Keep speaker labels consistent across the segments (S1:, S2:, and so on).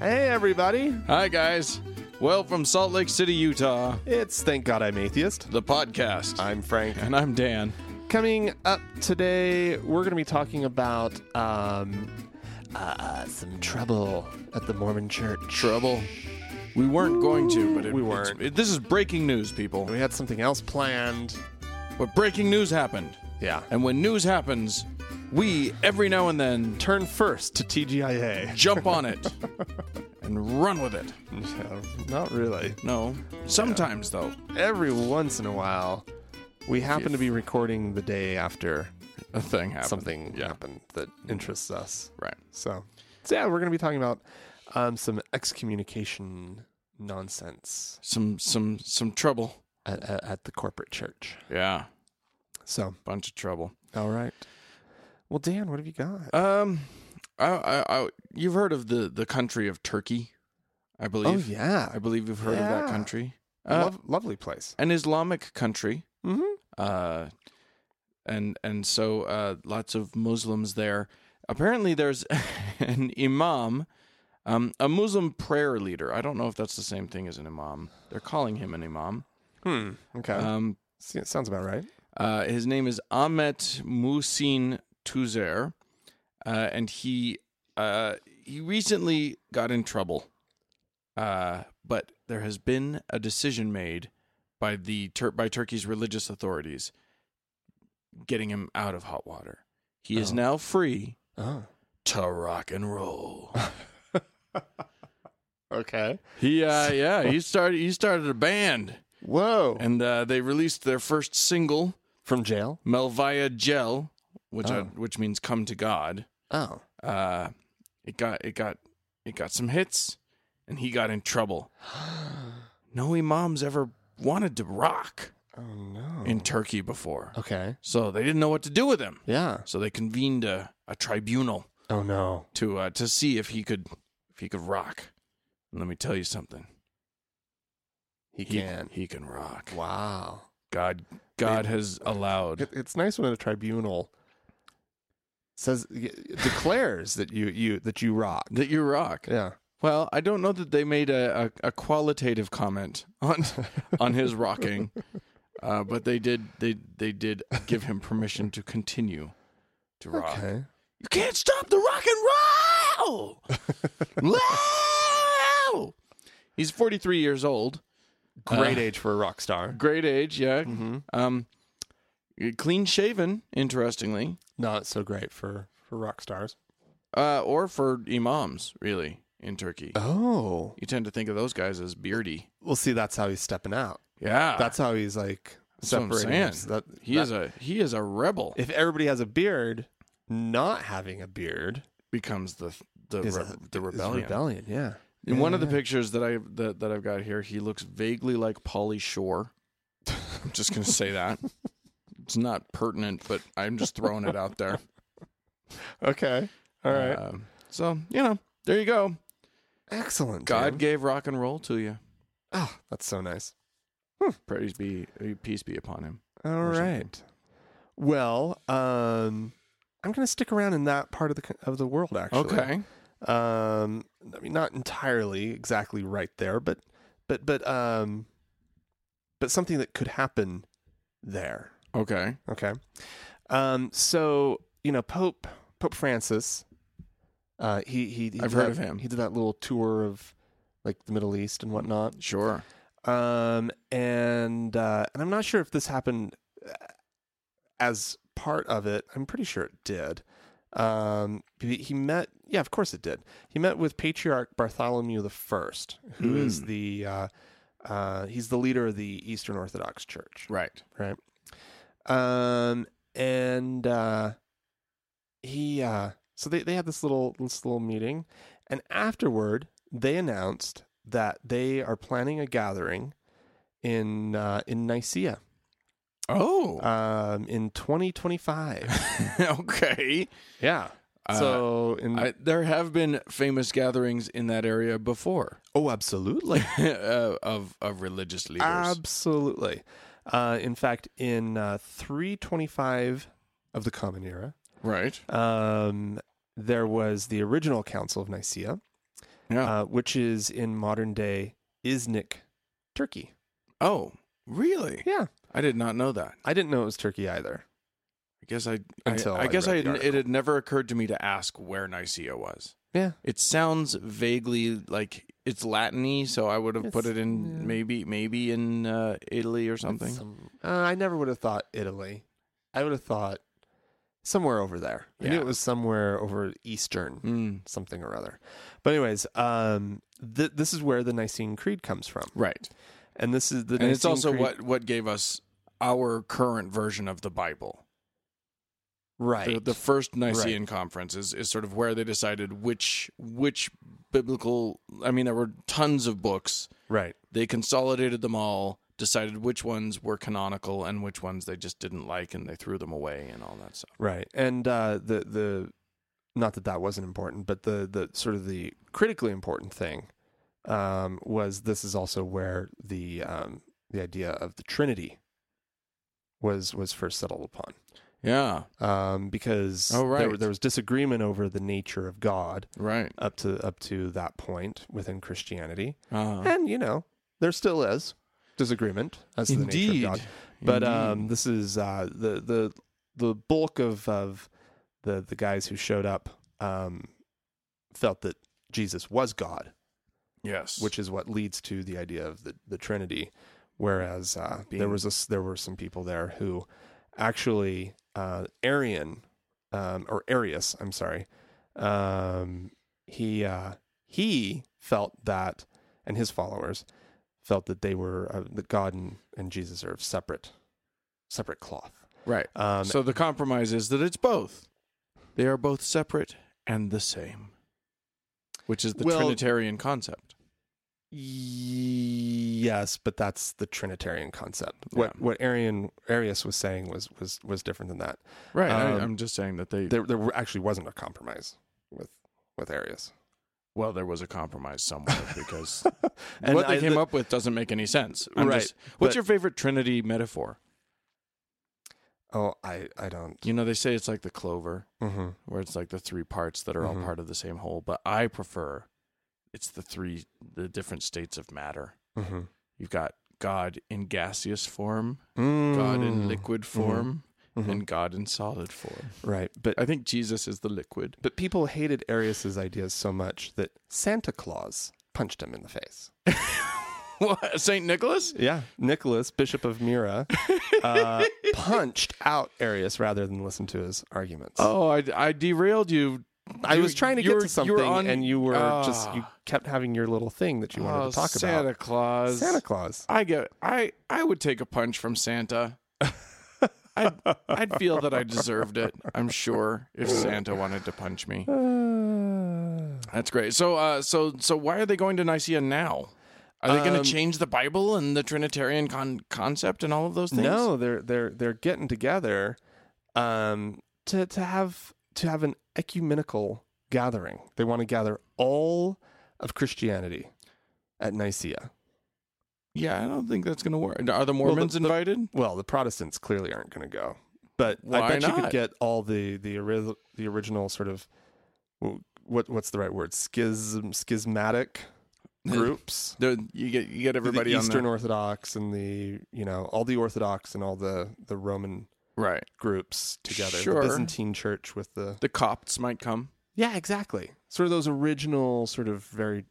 S1: Hey, everybody.
S2: Hi, guys. Well, from Salt Lake City, Utah,
S1: It's Thank God I'm Atheist.
S2: the podcast.
S1: I'm Frank.
S2: and I'm Dan.
S1: Coming up today, we're going to be talking about um, uh, some trouble at the Mormon church.
S2: Trouble. We weren't going to, but it,
S1: We
S2: it's-
S1: weren't.
S2: It, this is breaking news, people.
S1: We had something else planned.
S2: But breaking news happened.
S1: Yeah.
S2: And when news happens, we, every now and then,
S1: Turn first to TGIA.
S2: jump on it and run with it.
S1: Yeah, not really.
S2: No. Sometimes,
S1: Every once in a while, we happen to be recording the day after
S2: though, a thing happens.
S1: something happened that interests us.
S2: Right.
S1: So, so yeah, we're going to be talking about um, some excommunication nonsense
S2: Some, some, some trouble.
S1: at, at, at the corporate church.
S2: Yeah.
S1: So,
S2: Bunch of trouble.
S1: all right. Well, Dan, what have you got?
S2: Um, I, I, I, you've heard of the the country of Turkey, I believe.
S1: oh yeah,
S2: I believe you've heard of
S1: Yeah.
S2: that country. Uh,
S1: Lov- lovely place.
S2: an Islamic country.
S1: Mm-hmm.
S2: Uh, and and so uh, lots of Muslims there. Apparently, there's an imam, um, a Muslim prayer leader. I don't know if that's the same thing as an imam. They're calling him an imam.
S1: Hmm. Okay.
S2: Um,
S1: See, it sounds about right.
S2: uh, his name is Ahmet Musin Tuzer, uh, and he uh, he recently got in trouble. Uh, but there has been a decision made by the Tur- by Turkey's religious authorities, getting him out of hot water. He is
S1: Oh.
S2: now free
S1: Oh.
S2: to rock and roll.
S1: Okay.
S2: he uh, yeah he started he started a band
S1: Whoa.
S2: and uh, they released their first single
S1: From jail.
S2: Melvia Gel, which I,
S1: Oh.
S2: which means come to God.
S1: Oh.
S2: Uh, it got it got it got some hits, and he got in trouble. No imams ever wanted to rock
S1: Oh no.
S2: in Turkey before,
S1: okay.
S2: so they didn't know what to do with him.
S1: Yeah.
S2: So they convened a, a tribunal
S1: Oh no.
S2: to uh, to see if he could if he could rock. And let me tell you something.
S1: He can.
S2: He can rock.
S1: Wow.
S2: God God has allowed.
S1: It, it's nice when a tribunal says y- declares that you you that you rock.
S2: That you rock.
S1: Yeah.
S2: Well, I don't know that they made a, a, a qualitative comment on on his rocking, uh, but they did they they did give him permission to continue to rock.
S1: Okay.
S2: You can't stop the rock and roll. Roll! He's forty three years old,
S1: Great
S2: Uh,
S1: age for a rock star.
S2: great age, yeah.
S1: Mhm.
S2: Um, clean shaven, interestingly,
S1: Not so great for for rock stars.
S2: uh, or for imams really in Turkey.
S1: Oh.
S2: You tend to think of those guys as beardy.
S1: Well, see, that's how he's stepping out.
S2: Yeah,
S1: That's how he's like
S2: what I'm
S1: separating.
S2: saying.
S1: us. That,
S2: He
S1: that-
S2: is a he is a rebel.
S1: If everybody has a beard, not having a beard
S2: becomes the the
S1: is
S2: re-
S1: a-
S2: the
S1: is
S2: rebellion.
S1: rebellion, yeah.
S2: In
S1: Yeah,
S2: one of the
S1: yeah.
S2: pictures that I that, that I've got here, he looks vaguely like Polly Shore. I'm just gonna say that it's not pertinent, but I'm just throwing it out there.
S1: Okay. All right.
S2: Um, so you know, there you go.
S1: Excellent. Dan.
S2: God gave rock and roll to you.
S1: Oh, that's so nice.
S2: Praise be eh, peace be upon him.
S1: All
S2: or something.
S1: right. Well, um, I'm going to stick around in that part of the co- of the world. Actually,
S2: Okay.
S1: Um, I mean, not entirely exactly right there, but but but um, but something that could happen there.
S2: Okay.
S1: Okay. Um, so you know, Pope Pope Francis. Uh, he he. he
S2: I've
S1: did
S2: heard
S1: that-
S2: of him.
S1: He did that little tour of like the Middle East and whatnot.
S2: Sure.
S1: Um, and uh, and I'm not sure if this happened uh, as part of it. I'm pretty sure it did. Um, he he met, yeah, of course it did. He met with Patriarch Bartholomew the First, who is
S2: Hmm.
S1: the uh, uh, he's the leader of the Eastern Orthodox Church,
S2: Right.
S1: right? Um, and uh, he uh, so they they had this little this little meeting, and afterward they announced that they are planning a gathering in uh, in Nicaea
S2: Oh.
S1: um, in 2025.
S2: okay.
S1: yeah.
S2: Uh,
S1: So in
S2: I, there have been famous gatherings in that area before.
S1: oh, absolutely,
S2: uh, of of religious leaders.
S1: absolutely. Uh, in fact, in uh, 325 of the Common Era,
S2: right.
S1: Um, there was the original Council of Nicaea,
S2: Yeah.
S1: uh, which is in modern day Iznik, Turkey.
S2: oh, really?
S1: Yeah,
S2: I did not know that.
S1: I didn't know it was Turkey either.
S2: I guess I.
S1: Until
S2: I, I
S1: I
S2: guess
S1: read the
S2: I. Had, it
S1: article.
S2: had never occurred to me to ask where Nicaea was.
S1: Yeah.
S2: It sounds vaguely like it's Latiny, so I would have put
S1: It's-
S2: it in
S1: yeah.
S2: maybe maybe in uh, Italy or something.
S1: Some- uh, I never would have thought Italy. I would have thought somewhere over there. I knew
S2: Yeah.
S1: it was somewhere over Eastern,
S2: Mm,
S1: something or other. But anyways, um, th- this is where the Nicene Creed comes from,
S2: right,
S1: and this is the
S2: and it's
S1: Nicene
S2: also
S1: Creed-
S2: what what gave us our current version of the Bible.
S1: right
S2: The, the first Nicene conference is, is sort of where they decided which which biblical. I mean, there were tons of books.
S1: right
S2: They consolidated them all, decided which ones were canonical and which ones they just didn't like, and they threw them away and all that stuff.
S1: right and uh, the the not that that wasn't important, but the the sort of the critically important thing um, was this is also where the um, the idea of the Trinity was was first settled upon.
S2: Yeah,
S1: um, because
S2: Oh,
S1: there,
S2: right.
S1: there was disagreement over the nature of God
S2: right.
S1: up to up to that point within Christianity,
S2: Uh,
S1: and you know there still is disagreement as to the nature of God. But um, this is uh, the the the bulk of of the the guys who showed up um, felt that Jesus was God,
S2: yes,
S1: which is what leads to the idea of the, the Trinity. Whereas uh, there
S2: Being-
S1: was a s there were some people there who actually uh, Arian um, or Arius, I'm sorry, um, he uh, he felt that, and his followers felt that they were uh, that God and, and Jesus are of separate separate cloth.
S2: right.
S1: Um,
S2: so the compromise is that it's both. They are both separate and the same, which is the
S1: Well-
S2: Trinitarian concept.
S1: Yes, but that's the Trinitarian concept. What
S2: Yeah.
S1: what Arian Arius was saying was was was different than that.
S2: Right.
S1: Um,
S2: I, I'm just saying that they.
S1: There there were- actually wasn't a compromise with with Arius.
S2: Well, there was a compromise somewhere because
S1: And
S2: what they
S1: I-
S2: came
S1: the-
S2: up with doesn't make any sense. I'm
S1: Right,
S2: just- what's
S1: but-
S2: your favorite Trinity metaphor?
S1: Oh, I I don't.
S2: You know, they say it's like the clover,
S1: hmm
S2: where it's like the three parts that are all
S1: Mhm.
S2: part of the same whole. But I prefer it's the three, the different states of matter.
S1: hmm
S2: You've got God in gaseous form,
S1: Mm.
S2: God in liquid form,
S1: Mhm.
S2: and God in solid form.
S1: Right, but
S2: I think Jesus is the liquid.
S1: but people hated Arius's ideas so much that Santa Claus punched him in the face.
S2: What? Saint Nicholas?
S1: Yeah, Nicholas, Bishop of Myra, uh, punched out Arius rather than listen to his arguments.
S2: Oh, I, I derailed you.
S1: I
S2: You-
S1: was trying to
S2: you
S1: get
S2: were-
S1: to something,
S2: you were on-
S1: and you were just
S2: Ah.
S1: you kept having your little thing that you wanted
S2: Oh,
S1: to talk
S2: Santa
S1: about.
S2: Claus.
S1: Santa Claus.
S2: I get. I I would take a punch from Santa. I'd, I'd feel that I deserved it. I'm sure if Santa wanted to punch me,
S1: Uh,
S2: that's great. So, uh, so, so, why are they going to Nicaea now? Are they going
S1: Um,
S2: to change the Bible and the Trinitarian con- concept and all of those things?
S1: no, they're they're they're getting together um, to to have to have an ecumenical gathering. They want to gather all of Christianity at Nicaea.
S2: Yeah, I don't think that's going to work. Are the Mormons
S1: the- the-
S2: invited?
S1: Well, the Protestants clearly aren't going to go, but I
S2: Why
S1: bet you could
S2: not?
S1: get all the the, ori- the original sort of what what's the right word schism schismatic groups.
S2: The- you get you get everybody
S1: the
S2: on
S1: Eastern
S2: the
S1: Orthodox and the you know all the Orthodox and all the the Roman
S2: right.
S1: groups together.
S2: Sure.
S1: The Byzantine Church with the
S2: The Copts might come.
S1: yeah, exactly. Sort of those original, sort of very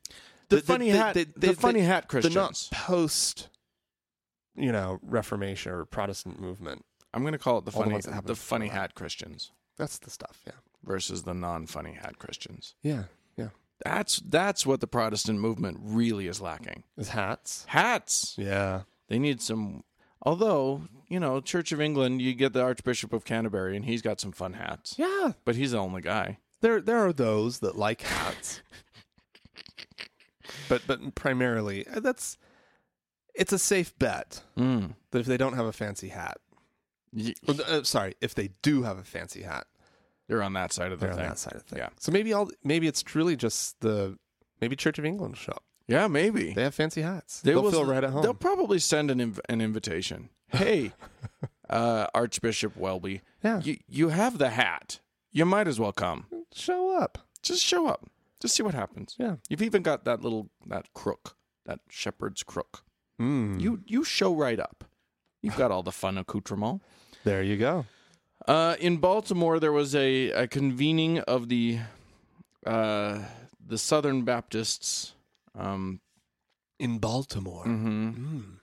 S1: The-
S2: The,
S1: the-
S2: funny
S1: the-
S2: hat.
S1: the-
S2: the
S1: the-
S2: funny hat
S1: the
S2: Christians.
S1: not post you know Reformation or Protestant movement.
S2: I'm going to call it the
S1: All the
S2: funny
S1: ones that happened
S2: the
S1: before
S2: funny
S1: that.
S2: hat Christians.
S1: That's the stuff. Yeah.
S2: versus the non-funny hat Christians.
S1: Yeah. Yeah.
S2: That's that's what the Protestant movement really is lacking.
S1: Is hats.
S2: Hats.
S1: Yeah.
S2: They need some although, you know, Church of England, you get the Archbishop of Canterbury and he's got some fun hats.
S1: Yeah.
S2: But he's the only guy.
S1: There there are those that like hats. but but primarily uh, that's it's a safe bet
S2: Mm.
S1: that if they don't have a fancy hat
S2: Y-
S1: Well, th- uh, sorry, if they do have a fancy hat,
S2: You're on that side of the
S1: they're on
S2: thing.
S1: that side of things.
S2: Yeah.
S1: So maybe all maybe it's truly just the maybe Church of England shop.
S2: Yeah, maybe.
S1: They have fancy hats.
S2: They
S1: They will
S2: will-
S1: feel right at
S2: They'll
S1: home.
S2: probably send an inv- an invitation. Hey, uh, Archbishop Welby,
S1: Yeah.
S2: you you have the hat. You might as well come.
S1: Show up.
S2: Just show up. Just see what happens.
S1: Yeah.
S2: You've even got that little that crook, that shepherd's crook.
S1: Mm.
S2: You you show right up. You've got all the fun accoutrement.
S1: there you go.
S2: Uh, in Baltimore, there was a, a convening of the uh, the Southern Baptists. Um,
S1: In Baltimore.
S2: mhm.
S1: Mm.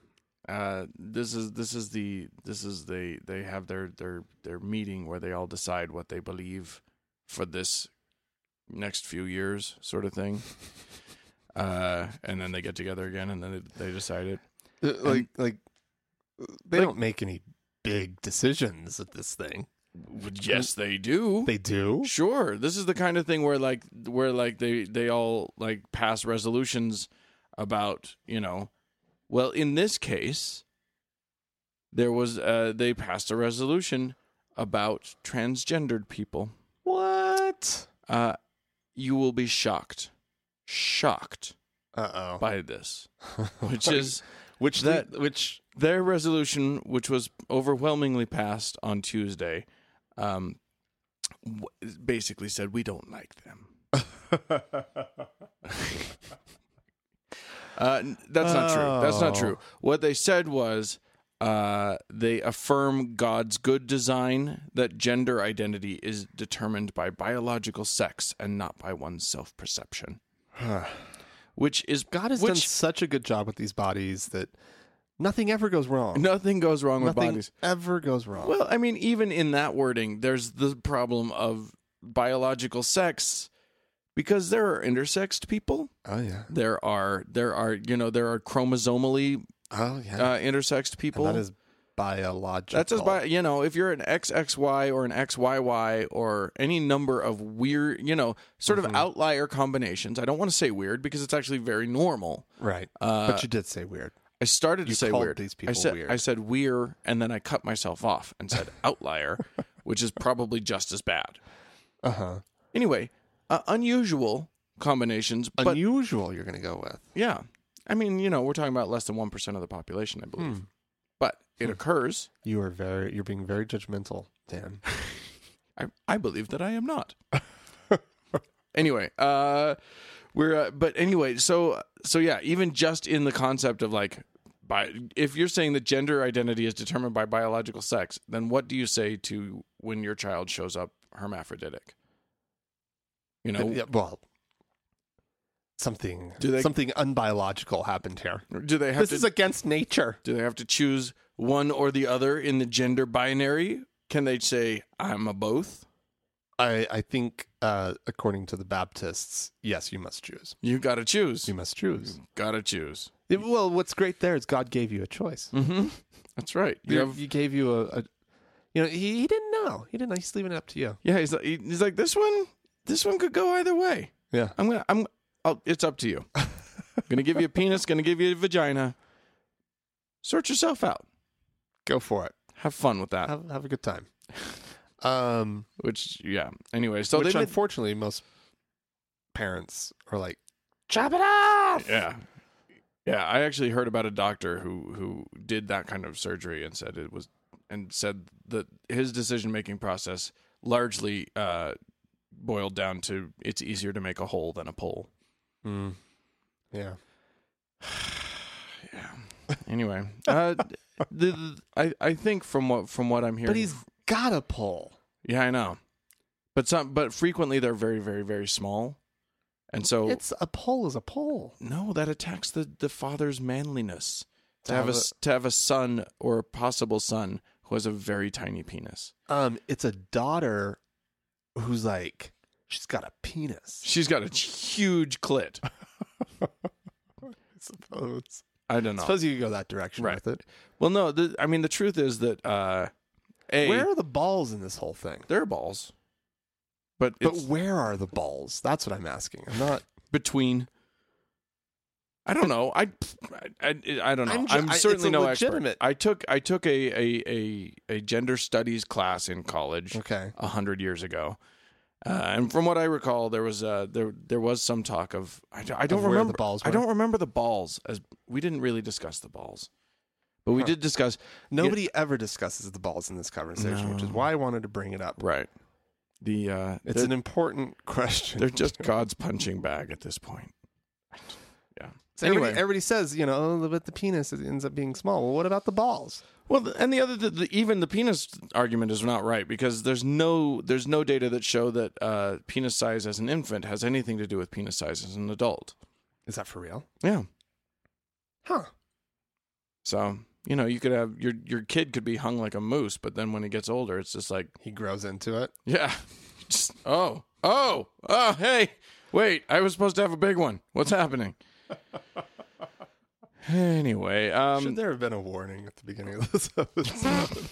S2: uh, this is this is the this is they they have their their their meeting where they all decide what they believe for this next few years, sort of thing. Uh, and then they get together again, and then they, they decide it.
S1: Uh, Like like they don't make any big decisions at this thing.
S2: Yes, they do.
S1: They do.
S2: Sure. This is the kind of thing where like where like they they all like pass resolutions about, you know, well, in this case there was uh they passed a resolution about transgendered people.
S1: What?
S2: Uh you will be shocked. Shocked
S1: Uh
S2: by this,
S1: oh.
S2: which is
S1: which
S2: that-
S1: the- which
S2: their resolution, which was overwhelmingly passed on Tuesday, um, w- basically said we don't like them. uh, n- that's not true. That's not true.
S1: Oh.
S2: What they said was uh, they affirm God's good design that gender identity is determined by biological sex and not by one's self perception, which is
S1: God has done
S2: which
S1: such a good job with these bodies that nothing ever goes wrong.
S2: nothing goes wrong with
S1: nothing
S2: bodies.
S1: ever goes wrong.
S2: Well, I mean, even in that wording, there's the problem of biological sex because there are intersexed people.
S1: oh yeah.
S2: There are there are you know there are chromosomally
S1: Oh yeah.
S2: uh, intersexed people.
S1: and that is biological.
S2: That's as by you know if you're an XXY or an XYY or any number of weird you know sort
S1: Mm-hmm.
S2: of outlier combinations. I don't want to say weird because it's actually very normal.
S1: right.
S2: Uh,
S1: but you did say weird.
S2: I started to
S1: You
S2: say
S1: called
S2: weird.
S1: these
S2: I
S1: people
S2: said,
S1: weird.
S2: I said weir, and then I cut myself off and said outlier, which is probably just as bad.
S1: Uh huh.
S2: Anyway, uh, unusual combinations, but
S1: Unusual. You're gonna go with.
S2: yeah, I mean, you know, we're talking about less than one percent of the population, I believe,
S1: Hmm.
S2: but it occurs.
S1: You are very. You're being very judgmental, Dan.
S2: I, I believe that I am not. anyway, uh, we're uh, but anyway, so so yeah, even just in the concept of like, by if you're saying that gender identity is determined by biological sex, then what do you say to when your child shows up hermaphroditic? You know,
S1: Yeah, well, something.
S2: Do they-
S1: something unbiological happened here.
S2: do they have
S1: This
S2: to
S1: is against nature.
S2: Do they have to choose one or the other in the gender binary? Can they say I'm a both?
S1: I. I think, uh, according to the Baptists, yes, you must choose.
S2: You got to choose.
S1: You must choose.
S2: Got to choose.
S1: Yeah, well, what's great there is God gave you a choice.
S2: Mm-hmm. That's right. You
S1: You,
S2: have-
S1: you gave you a, a you know, he, he didn't know. He didn't know. He's leaving it up to you.
S2: yeah. He's like, he's like this one. This one could go either way.
S1: Yeah.
S2: I'm gonna. I'm. I'll, it's up to you. I'm gonna give you a penis. Gonna give you a vagina. Sort yourself out.
S1: Go for it.
S2: Have fun with that.
S1: Have, have a good time. Um,
S2: Which yeah. Anyway, so
S1: which
S2: they did-
S1: unfortunately most parents are like, chop it off.
S2: Yeah. Yeah, I actually heard about a doctor who who did that kind of surgery and said it was and said that his decision making process largely uh, boiled down to it's easier to make a hole than a pole.
S1: Mm. Yeah.
S2: Anyway, uh, the, the- I I think from what from what I'm hearing,
S1: But he's got to pull.
S2: yeah, I know, but some but frequently they're very very very small, and so
S1: It's a pull is a pull.
S2: No, that attacks the, the father's manliness to,
S1: To
S2: have,
S1: have
S2: a, s- to have a son or a possible son who has a very tiny penis.
S1: Um, it's a daughter who's like, she's got a penis.
S2: She's got a huge clit.
S1: I suppose.
S2: I don't
S1: I
S2: know.
S1: suppose you could go that direction
S2: Right.
S1: with it.
S2: Well, no, the, I mean the truth is that uh, a
S1: Where are the balls in this whole thing?
S2: there are balls, but
S1: But
S2: it's
S1: where are the balls? That's what I'm asking. I'm not.
S2: between. I don't know. I I, I, I don't know.
S1: I'm
S2: I'm,
S1: ju- I- it's
S2: certainly
S1: a
S2: no
S1: legitimate-
S2: expert. I took I took a a, a, a gender studies class in college.
S1: Okay.
S2: a hundred years ago. Uh, and from what I recall, there was uh, there there was some talk of I, don't- I don't
S1: where the
S2: remember
S1: balls
S2: I
S1: were?
S2: don't remember the balls as we didn't really discuss the balls, but we did discuss
S1: Nobody ever discusses the balls in this conversation, which is
S2: No.
S1: why I wanted to bring it up.
S2: right. The uh,
S1: It's
S2: they're,
S1: an important question.
S2: they're just God's punching bag at this point.
S1: So everybody-
S2: anyway.
S1: everybody, says, you know, oh, but the penis is- ends up being small. Well, what about the balls?
S2: Well, th- and the other, the, the, even the penis argument is not right because there's no there's no data that show that uh, penis size as an infant has anything to do with penis size as an adult.
S1: Is that for real?
S2: Yeah,
S1: Huh.
S2: so you know you could have your your kid could be hung like a moose, but then when he gets older, it's just like
S1: He grows into it.
S2: yeah, just oh oh oh hey wait I was supposed to have a big one. What's happening? Anyway,
S1: Should
S2: um,
S1: there have been a warning at the beginning of this episode?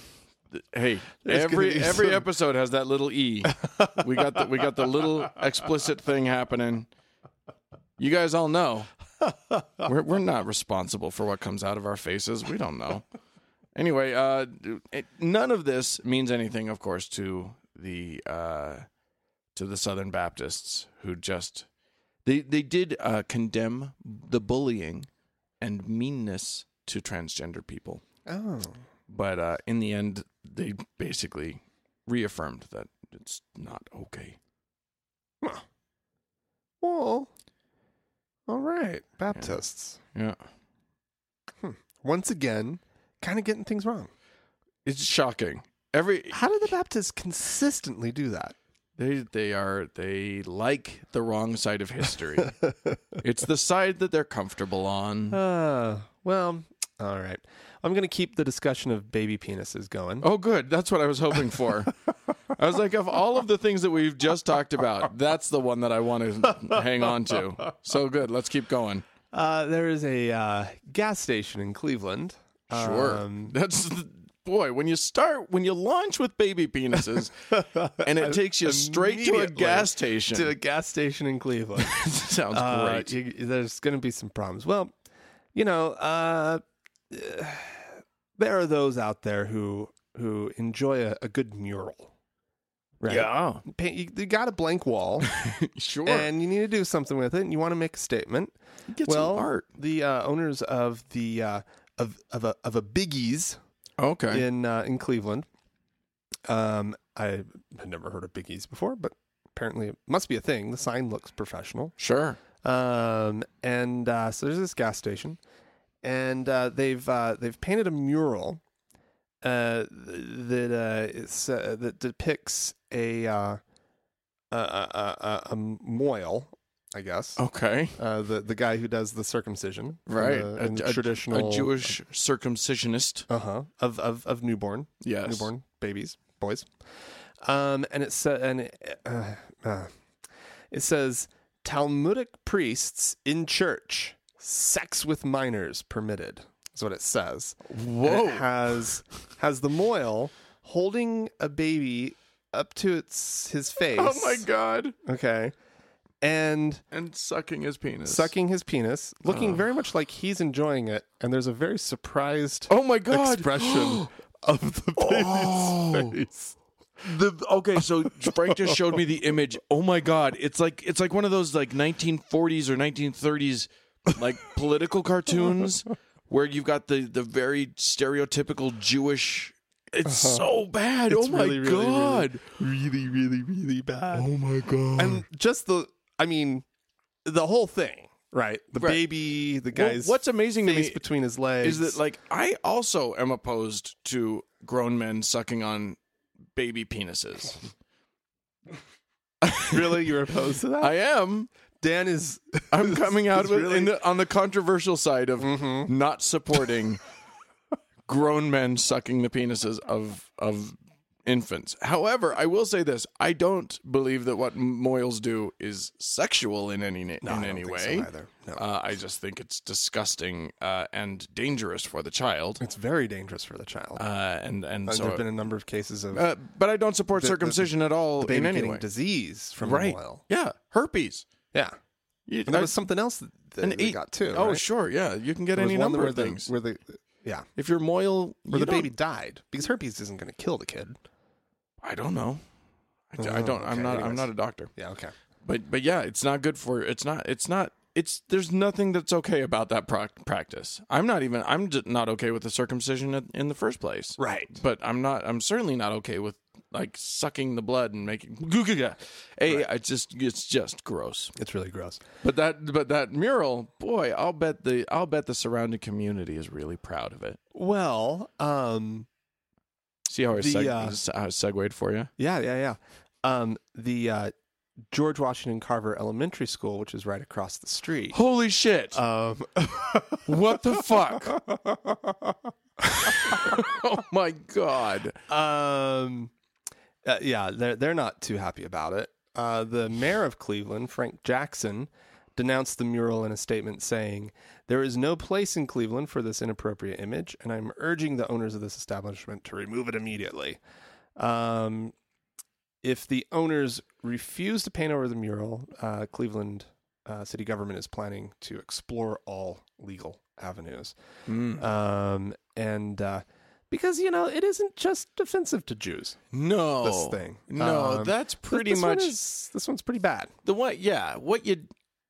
S2: hey,
S1: There's gonna
S2: every
S1: be
S2: every
S1: some-
S2: episode has that little e. we got the we got the little explicit thing happening. You guys all know we're we're not responsible for what comes out of our faces. We don't know. Anyway, uh, it, none of this means anything, of course, to the uh, to the Southern Baptists who just they they did uh, condemn the bullying and meanness to transgender people
S1: oh.
S2: but uh, in the end, they basically reaffirmed that it's not okay.
S1: Well, all right. Baptists.
S2: Yeah,
S1: Once again, kind of getting things wrong.
S2: it's shocking. Every
S1: How do the Baptists consistently do that?
S2: they they are they like the wrong side of history. it's the side that they're comfortable on.
S1: Uh, well, all right. I'm going to keep the discussion of baby penises going.
S2: Oh, good. That's what I was hoping for. I was like, of all of the things that we've just talked about, that's the one that I want to hang on to. So good. Let's keep going.
S1: Uh, there is a uh, gas station in Cleveland.
S2: Sure.
S1: Um,
S2: That's the, boy, when you start when you launch with baby penises and it takes you straight to a
S1: Immediately
S2: gas station.
S1: to a gas station in Cleveland.
S2: sounds
S1: Uh,
S2: great.
S1: you- there's going to be some problems. Well, you know, uh, there are those out there who who enjoy a, a good mural. Right.
S2: Yeah.
S1: Paint, you, you got a blank wall,
S2: Sure.
S1: and you need to do something with it, and you want to make a statement.
S2: Get
S1: well,
S2: some art.
S1: the uh, owners of the uh, of of a of a Biggie's
S2: Okay.
S1: in uh, in Cleveland. Um, I had never heard of Biggie's before, but apparently it must be a thing. The sign looks professional.
S2: Sure.
S1: Um, and uh, so there's this gas station, and uh, they've uh, they've painted a mural uh, th- that uh, it's, uh, that depicts a uh, a, a, a, a moil, I guess.
S2: Okay.
S1: Uh, the the guy who does the circumcision, in
S2: Oh. Right.
S1: the-
S2: A-
S1: in the
S2: a-
S1: traditional
S2: A Jewish circumcisionist.
S1: uh huh, of, of of newborn,
S2: Yes.
S1: newborn babies, boys. Um, and it sa- and it, uh, uh, it says Talmudic priests in church, sex with minors permitted. Is what it says. And
S2: Whoa.
S1: it has has the moil holding a baby up to its his face.
S2: oh my god.
S1: Okay, and
S2: And sucking his penis.
S1: sucking his penis, looking very much like he's enjoying it. And there's a very surprised
S2: Oh my god.
S1: expression of the baby's
S2: Oh.
S1: face.
S2: The okay, so Frank just showed me the image. Oh my god, it's like it's like one of those like 1940s or 1930s like political cartoons where you've got the the very stereotypical Jewish. Uh-huh. It's so bad. oh my
S1: really, really, really-
S2: god.
S1: Really, really, really bad.
S2: oh my god.
S1: And just the, I mean, the whole thing, right? The
S2: Right.
S1: baby, the
S2: Well,
S1: guy's
S2: what's amazing to
S1: face
S2: me
S1: between his legs.
S2: is that like I also am opposed to grown men sucking on baby penises.
S1: really you're opposed to that?
S2: I am.
S1: Dan is.
S2: I'm coming out
S1: is
S2: with,
S1: really- Mm-hmm.
S2: in the, on the controversial side of not supporting grown men sucking the penises of of infants. However, I will say this: I don't believe that what Moyles do is sexual in any na- in any way.
S1: either. No.
S2: uh, I just think it's disgusting uh, and dangerous for the child.
S1: it's very dangerous for the child.
S2: Uh, and and
S1: there
S2: so,
S1: have been a number of cases of
S2: uh, but I don't support
S1: the- the-
S2: circumcision at all
S1: baby
S2: in any
S1: getting
S2: way.
S1: disease from
S2: Right?
S1: oil.
S2: Yeah, herpes.
S1: Yeah.
S2: You-
S1: And there was something else that, that
S2: an
S1: we
S2: eight-
S1: got too.
S2: Oh,
S1: right?
S2: sure, yeah. You can get
S1: There was
S2: any
S1: one
S2: number
S1: where
S2: of
S1: the-
S2: things.
S1: Where the, yeah.
S2: If you're Moyle, you
S1: Where the
S2: don't-
S1: baby died because herpes isn't going to kill the kid.
S2: I don't know. I, I
S1: Oh,
S2: don't.
S1: okay,
S2: I'm not. I'm
S1: anyways.
S2: not a doctor.
S1: Yeah, okay.
S2: But but yeah, it's not good for. It's not. It's not. It's there's nothing that's okay about that proc- practice. I'm not even. I'm d- not okay with the circumcision in, in the first place.
S1: Right.
S2: But I'm not. I'm certainly not okay with like sucking the blood and making. Hey,
S1: Right.
S2: it's just it's just gross.
S1: It's really gross.
S2: But that but that mural, boy, I'll bet the I'll bet the surrounding community is really proud of it.
S1: Well, um,
S2: See how I,
S1: The,
S2: seg-
S1: uh,
S2: s- how I segued for you?
S1: yeah, yeah, yeah. Um, the uh, George Washington Carver Elementary School, which is right across the street.
S2: Holy shit!
S1: Um,
S2: what the fuck? oh my god!
S1: um, uh, yeah, they're they're not too happy about it. Uh, the mayor of Cleveland, Frank Jackson, denounced the mural in a statement saying, "There is no place in Cleveland for this inappropriate image, and I'm urging the owners of this establishment to remove it immediately." Um, if the owners refuse to paint over the mural, uh, Cleveland uh, city government is planning to explore all legal avenues
S2: Mm.
S1: um, and uh, because you know it isn't just offensive to Jews.
S2: No,
S1: This thing.
S2: No,
S1: Um,
S2: that's
S1: Th-
S2: pretty
S1: this one
S2: much
S1: is- this one's pretty bad.
S2: the what? Yeah, what you?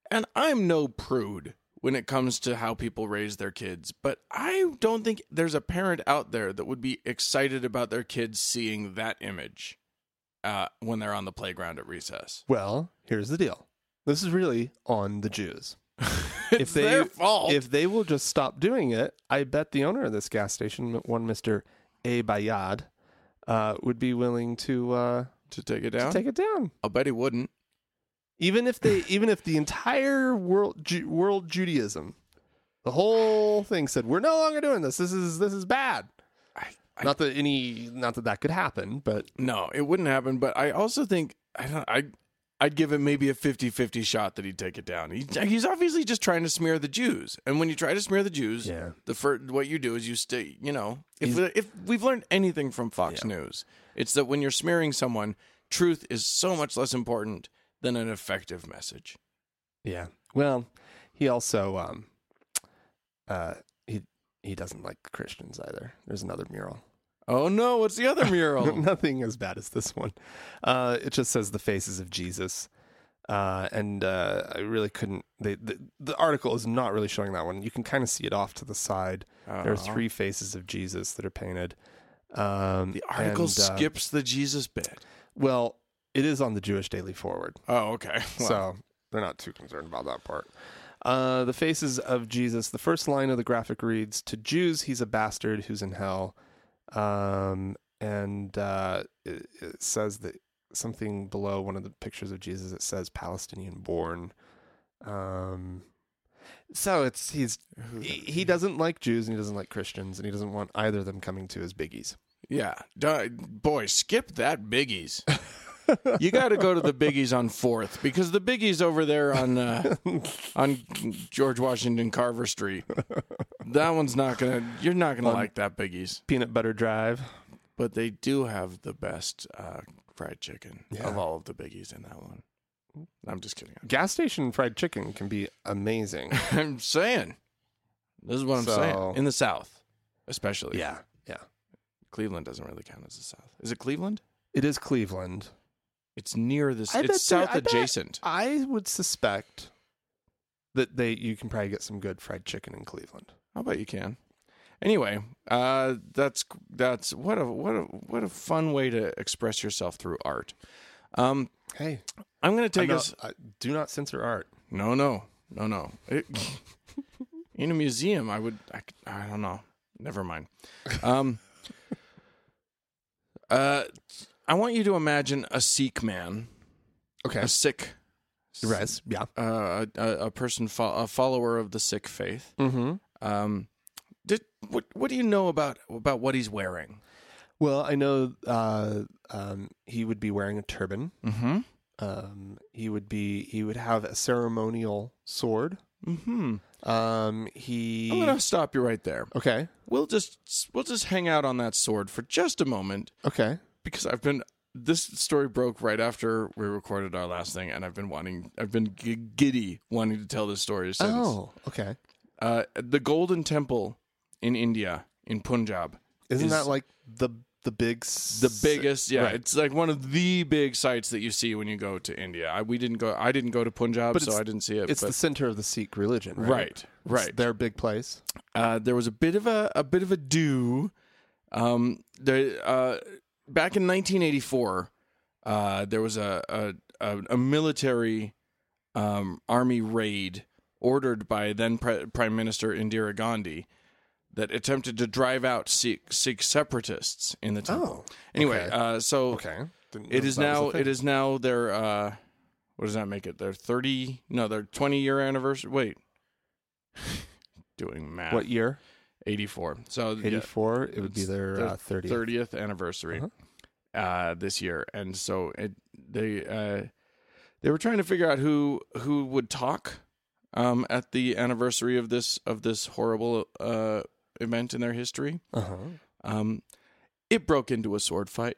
S2: And I'm no prude when it comes to how people raise their kids, but I don't think there's a parent out there that would be excited about their kids seeing that image uh, when they're on the playground at recess.
S1: Well, here's the deal. This is really on the Jews.
S2: It's
S1: they-
S2: their fault.
S1: If they will just stop doing it, I bet the owner of this gas station, one Mister A Bayad, uh, would be willing to, uh,
S2: to take it
S1: to
S2: down,
S1: take it down.
S2: I'll bet he wouldn't.
S1: Even if they, even if the entire world, Ju- world Judaism, the whole thing said, "We're no longer doing this. This is this is bad."
S2: I, I,
S1: not that any not that that could happen but
S2: no, it wouldn't happen. But I also think I don't. I I'd give him maybe a 50-50 shot that he'd take it down. He, he's obviously just trying to smear the Jews, and when you try to smear the Jews,
S1: yeah
S2: the first what you do is you stay. You know, if if we've learned anything from Fox News, it's that when you're smearing someone, truth is so much less important than an effective message.
S1: yeah well he also um uh he he doesn't like christians either there's another mural
S2: Oh no! What's the other mural?
S1: nothing as bad as this one uh it just says the faces of jesus uh and uh i really couldn't they the, the article is not really showing that one you can kind of see it off to the side there are
S2: Oh.
S1: three faces of jesus that are painted um
S2: The article
S1: and, uh,
S2: skips the Jesus bit.
S1: well it is on the jewish daily forward
S2: Oh, okay. Well,
S1: So they're not too concerned about that part. Uh, the faces of Jesus. The first line of the graphic reads, "To Jews, he's a bastard who's in hell," um, and uh, it, it says that something below one of the pictures of Jesus. It says Palestinian born. Um, so it's he's he, he doesn't like Jews and he doesn't like Christians and he doesn't want either of them coming to his biggies.
S2: Yeah, Duh, boy, skip that biggies. you got to go to the biggies on Fourth because the biggies over there on uh, on George Washington Carver Street. That one's not gonna. You're not
S1: Um,
S2: gonna like that biggies.
S1: Peanut butter drive.
S2: But they do have the best uh, fried chicken
S1: Yeah.
S2: of all of the biggies in that one. I'm just kidding.
S1: Gas station fried chicken can be amazing.
S2: I'm saying this is what I'm
S1: So-
S2: saying in the South, especially.
S1: yeah, yeah.
S2: Cleveland doesn't really count as the South. Is it Cleveland?
S1: It is Cleveland.
S2: It's near this.
S1: I bet
S2: It's
S1: there-
S2: South
S1: I bet-
S2: adjacent.
S1: I would suspect that they you can probably get some good fried chicken in Cleveland.
S2: I'll bet you can. Anyway, uh, that's that's what a what a what a fun way to express yourself through art. Um,
S1: Hey,
S2: I'm going to
S1: take
S2: take us.
S1: I, do not censor art.
S2: No, no, no, no. It- in a museum, I would. I, c- I don't know. Never mind. Um, uh, I want you to imagine a Sikh man,
S1: Okay,
S2: a Sikh,
S1: res. Yeah.
S2: uh, a, a person, fo- a follower of the Sikh faith.
S1: Mm-hmm.
S2: Um, did, what what do you know about about what he's wearing?
S1: Well, I know uh, um, he would be wearing a turban.
S2: Mm-hmm.
S1: Um, he would be. He would have a ceremonial sword.
S2: Mm-hmm.
S1: Um, he.
S2: I'm gonna stop you right there.
S1: Okay.
S2: We'll just we'll just hang out on that sword for just a moment
S1: Okay.
S2: because I've been this story broke right after we recorded our last thing, and I've been wanting I've been g- giddy wanting to tell this story since.
S1: Oh. Okay.
S2: Uh, the Golden Temple in India in Punjab,
S1: Isn't
S2: Is-
S1: that like the the big s-
S2: the biggest. Yeah,
S1: right.
S2: it's like one of the big sites that you see when you go to India. I, we didn't go. I didn't go to Punjab,
S1: But
S2: so
S1: it's-
S2: I didn't see it.
S1: It's
S2: but,
S1: the center of the Sikh religion, right?
S2: right,
S1: It's
S2: right.
S1: their big place.
S2: uh, there was a bit of a a bit of a do. Um, there, uh, back in 1984, uh, there was a a, a, a military um, army raid ordered by then Pri- Prime Minister Indira Gandhi that attempted to drive out Sikh, Sikh separatists in the temple.
S1: Oh,
S2: anyway,
S1: okay.
S2: uh, so
S1: okay. Didn't
S2: it
S1: know
S2: is
S1: that was a
S2: now
S1: thing.
S2: it is now their uh, what does that make it? Their 30 no, their 20 year anniversary. Wait, doing math.
S1: what year?
S2: 84. So yeah,
S1: Eighty four. It would be
S2: It's
S1: their
S2: their
S1: uh, 30th.
S2: 30th anniversary
S1: Uh-huh.
S2: uh, this year, and so it they uh, they were trying to figure out who who would talk um, at the anniversary of this of this horrible uh, event in their history.
S1: Uh-huh.
S2: Um, it broke into a sword fight.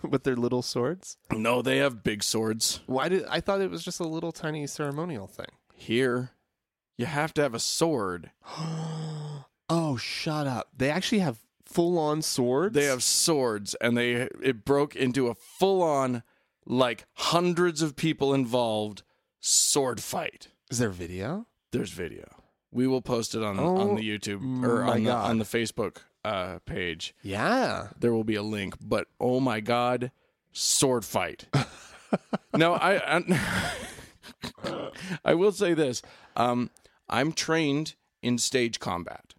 S1: With their little swords.
S2: No, they have big swords
S1: Why did I thought it was just a little tiny ceremonial thing?
S2: here. You have to have a sword.
S1: oh, shut up! They actually have full on swords.
S2: They have swords, and they it broke into a full on, like hundreds of people involved sword fight.
S1: Is there video?
S2: There's video. We will post it on
S1: Oh,
S2: on the YouTube or
S1: my
S2: on the,
S1: God.
S2: on the Facebook uh, page.
S1: Yeah.
S2: There will be a link. But oh my god, sword fight! no, I, I I will say this. Um, I'm trained in stage combat.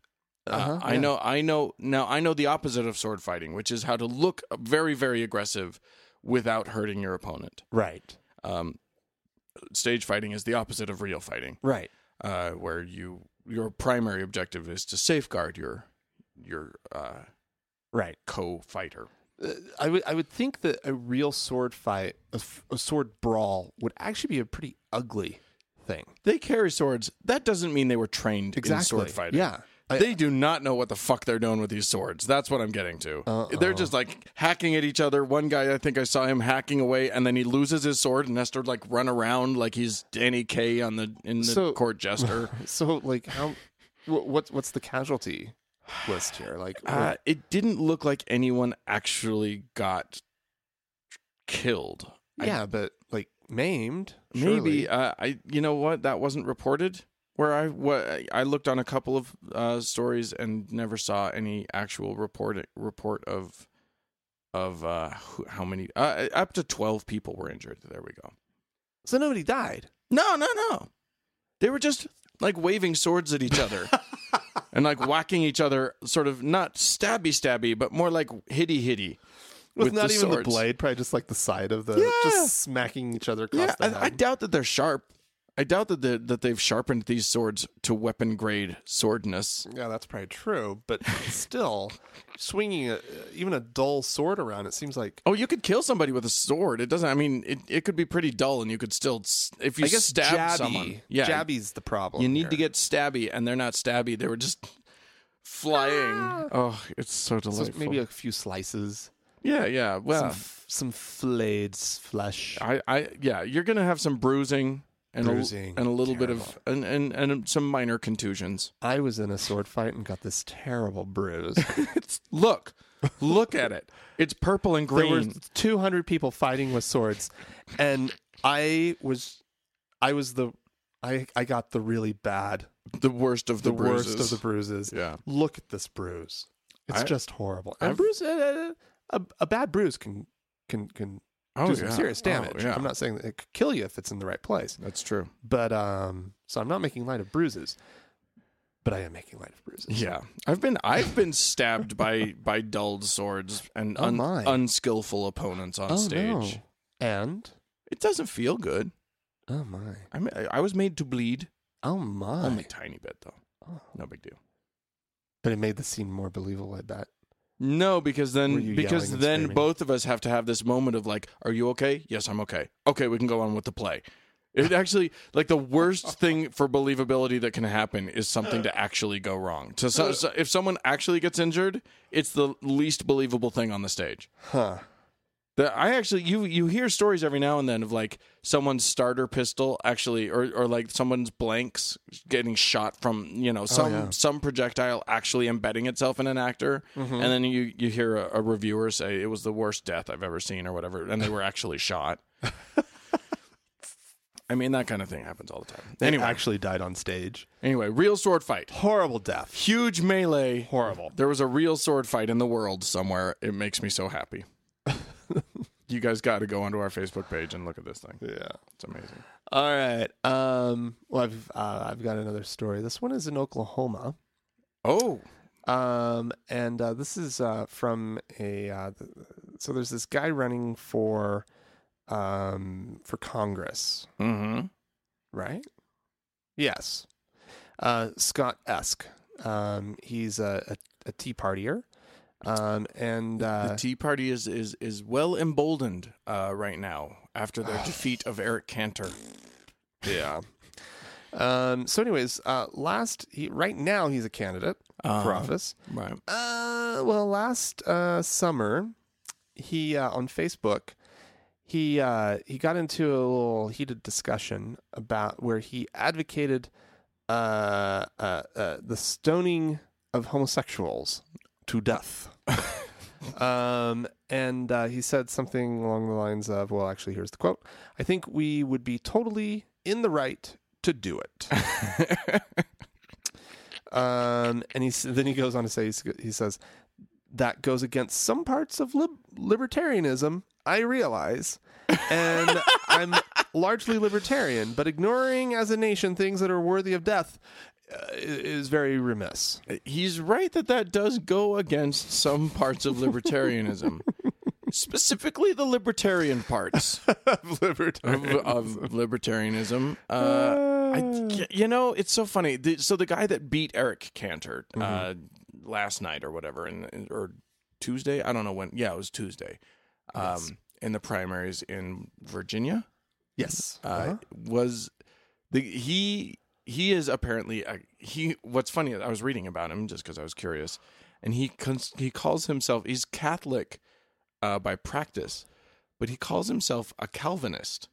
S2: Uh,
S1: Uh-huh,
S2: I
S1: yeah.
S2: know, I know. Now I know the opposite of sword fighting, which is how to look very, very aggressive without hurting your opponent.
S1: Right.
S2: Um, stage fighting is the opposite of real fighting
S1: Right.
S2: uh, where you your primary objective is to safeguard your your uh,
S1: Right.
S2: co-fighter.
S1: Uh, I would I would think that a real sword fight, a, f- a sword brawl, would actually be a pretty ugly thing.
S2: They carry swords. That doesn't mean they were trained in sword fighting.
S1: Yeah. I-
S2: They do not know what the fuck they're doing with these swords. That's what I'm getting to.
S1: Uh-oh.
S2: They're just like hacking at each other. One guy, I think I saw him hacking away, and then he loses his sword and has to like run around like he's Danny Kaye on the in the
S1: So-
S2: court jester.
S1: so like how, wh- what's what's the casualty list here? Like
S2: Uh, it didn't look like anyone actually got killed. I
S1: yeah, but like maimed.
S2: Maybe uh, I. You know what? That wasn't reported. Where I what I looked on a couple of uh, stories and never saw any actual report report of of uh, who- how many uh, up to twelve people were injured. There we go.
S1: So nobody died.
S2: No, no, no. They were just like waving swords at each other and like whacking each other, sort of not stabby stabby, but more like hitty hitty.
S1: With,
S2: With
S1: not
S2: the
S1: even
S2: swords.
S1: the blade, probably just like the side of the
S2: Yeah.
S1: just smacking each other across
S2: Yeah,
S1: the
S2: I, I
S1: head.
S2: doubt that they're sharp. I doubt that the, that they've sharpened these swords to weapon grade swordness.
S1: yeah, that's probably true, but still, swinging a, even a dull sword around, it seems like
S2: Oh, you could kill somebody with a sword. It doesn't. I mean, it, it could be pretty dull, and you could still s- if you
S1: I guess
S2: stab
S1: jabby.
S2: someone. Yeah,
S1: jabby's the problem.
S2: you need to
S1: here.
S2: get stabby, and they're not stabby. They were just flying. Oh, it's so
S1: Ah. So
S2: delightful.
S1: maybe a few slices,
S2: yeah, yeah. Well,
S1: some, f- some flayed flesh.
S2: I, I yeah, you're gonna have some bruising and
S1: Bruising,
S2: a, and a little bit of
S1: terrible.
S2: and, and and some minor contusions.
S1: I was in a sword fight and got this terrible bruise.
S2: It's look, look at it. It's purple and
S1: there
S2: green.
S1: were 200 people fighting with swords, and I was, I was the, I I got the really bad,
S2: the worst of the,
S1: the
S2: bruises.
S1: worst of the bruises.
S2: yeah.
S1: Look at this bruise. It's
S2: I-
S1: just horrible. A
S2: I've-
S1: bruise, a, a, a bad bruise can can can
S2: Oh,
S1: do some serious damage.
S2: yeah.
S1: I'm not saying that it could kill you if it's in the right place.
S2: That's true.
S1: But um, so I'm not making light of bruises, but I am making light of bruises.
S2: Yeah, I've been I've been stabbed by by dulled swords and
S1: Oh,
S2: un-
S1: my.
S2: unskillful opponents on stage.
S1: Oh, And
S2: It doesn't feel good.
S1: oh my,
S2: I mean, I- I was made to bleed
S1: oh my,
S2: only a tiny bit though.
S1: Oh.
S2: No big deal.
S1: but it made the scene more believable. I bet.
S2: No, because
S1: Were
S2: then
S1: you
S2: because
S1: yelling and
S2: then
S1: screaming?
S2: both of us have to have this moment of like, "Are you okay? Yes, I'm okay. Okay, we can go on with the play." It actually like the worst thing for believability that can happen is something to actually go wrong. To so, so if someone actually gets injured, it's the least believable thing on the stage.
S1: Huh.
S2: That I actually you you hear stories every now and then of like someone's starter pistol actually or or like someone's blanks getting shot from you know some
S1: Oh, yeah.
S2: some projectile actually embedding itself in an actor
S1: Mm-hmm.
S2: and then you you hear a, a reviewer say it was the worst death I've ever seen or whatever and they were actually shot. I mean, that kind of thing happens all the time.
S1: They
S2: anyway,
S1: actually died on stage.
S2: anyway, real sword fight,
S1: Horrible death.
S2: huge melee.
S1: Horrible.
S2: There was a real sword fight in the world somewhere. It makes me so happy. you guys got to go onto our Facebook page and look at this thing.
S1: Yeah.
S2: It's amazing.
S1: All right. Um, well, I've uh, I've got another story. This one is in Oklahoma,
S2: Oh,
S1: um, and uh, this is uh, from a. Uh, th- so there's this guy running for, um, for Congress,
S2: mm-hmm.
S1: right? Yes, uh, Scott Esk. Um, he's a, a, a Tea Partier, um, and
S2: the
S1: uh,
S2: Tea Party is is is well emboldened uh, right now after their defeat of Eric Cantor.
S1: yeah. Um, so, anyways, uh, last he, right now he's a candidate for
S2: Um,
S1: office.
S2: right.
S1: Uh, well, last uh, summer, he uh, on Facebook, he uh, he got into a little heated discussion about where he advocated uh, uh, uh, the stoning of homosexuals to death. um, and uh, he said something along the lines of, "Well, actually, here's the quote: I think we would be totally in the right to do it." Um, and he's, then he goes on to say, he's- he says, that goes against some parts of lib- libertarianism, I realize. And I'm largely libertarian, but ignoring as a nation things that are worthy of death uh, i- is very remiss.
S2: Uh, He's right that that does go against some parts of libertarianism, specifically the libertarian parts of,
S1: libertarian.
S2: of libertarianism. Uh, I, th- you know, it's so funny. The, so the guy that beat Eric Cantor uh, last night or whatever, and or Tuesday, I don't know when. Yeah, it was Tuesday. Um, In the primaries in Virginia,
S1: Yes.
S2: uh,
S1: Uh-huh.
S2: was the he he is apparently a, he what's funny I was reading about him just because I was curious and he cons- he calls himself he's Catholic uh, by practice but he calls himself a Calvinist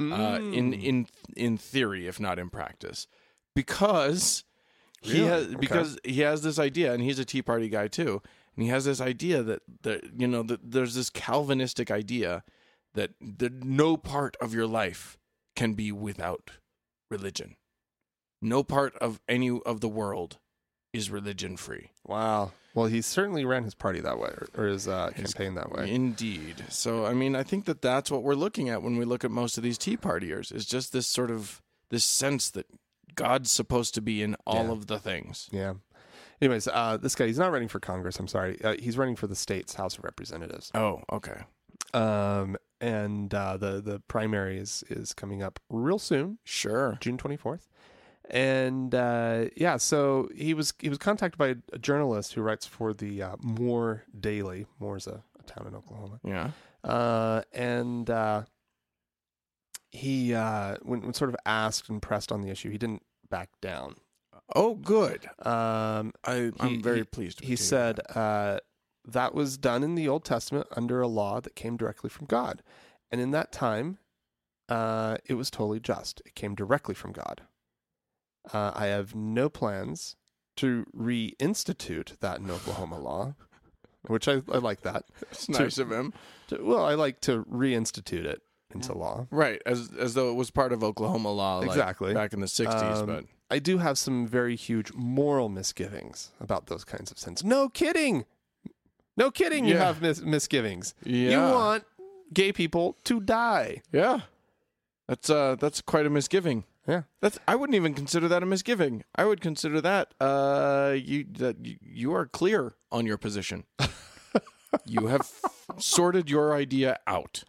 S1: uh-huh.
S2: uh, in
S1: Mm.
S2: in in theory if not in practice because he
S1: Really?
S2: has
S1: Okay.
S2: because he has this idea and he's a tea party guy too and he has this idea that that you know that there's this calvinistic idea that the, no part of your life can be without religion no part of any of the world is religion free
S1: wow. Well, he certainly ran his party that way, or, or his uh, campaign that way.
S2: Indeed. So I mean, I think that that's what we're looking at when we look at most of these Tea Partiers. Is just this sort of this sense that God's supposed to be in all
S1: Yeah.
S2: of the things.
S1: Yeah. Anyways, uh, this guy, he's not running for Congress. I'm sorry. Uh, he's running for the state's House of Representatives.
S2: Oh, okay.
S1: Um, and uh, the the primary is is coming up real soon,
S2: Sure.
S1: June twenty fourth. And uh, yeah, so he was he was contacted by a journalist who writes for the uh, Moore Daily. Moore's a, a town in Oklahoma.
S2: Yeah.
S1: Uh, and uh, he uh, when, when sort of asked and pressed on the issue, he didn't back down.
S2: Oh, good.
S1: Um,
S2: I, I'm very pleased. With
S1: he
S2: you.
S1: said uh, that was done in the Old Testament under a law that came directly from God, and in that time, uh, it was totally just. It came directly from God. Uh, I have no plans to reinstitute that in Oklahoma law, which I, I like that.
S2: it's nice of him.
S1: To- well, I like to reinstitute it into law.
S2: Right, as as though it was part of Oklahoma law, like,
S1: Exactly.
S2: back in the '60s.
S1: Um,
S2: but
S1: I do have some very huge moral misgivings about those kinds of sins. No kidding. No kidding. You
S2: Yeah.
S1: have mis- misgivings.
S2: Yeah.
S1: You want gay people to die.
S2: yeah, that's uh, that's quite a misgiving.
S1: Yeah.
S2: That's I wouldn't even consider that a misgiving. I would consider that uh you that you, you are clear on your position. you have sorted your idea out.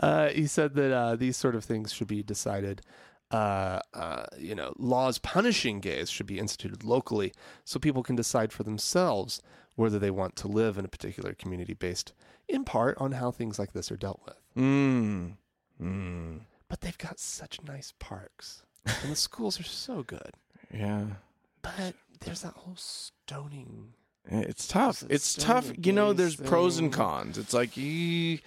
S1: Uh, he said that uh, these sort of things should be decided. Uh, uh, you know, laws punishing gays should be instituted locally so people can decide for themselves whether they want to live in a particular community based in part on how things like this are dealt with.
S2: Mm. Mm.
S1: But they've got such nice parks, and the schools are so good.
S2: Yeah.
S1: But there's that whole stoning.
S2: It's tough.
S1: It's so
S2: It's tough. You know, there's pros and
S1: amazing.
S2: cons. It's like you,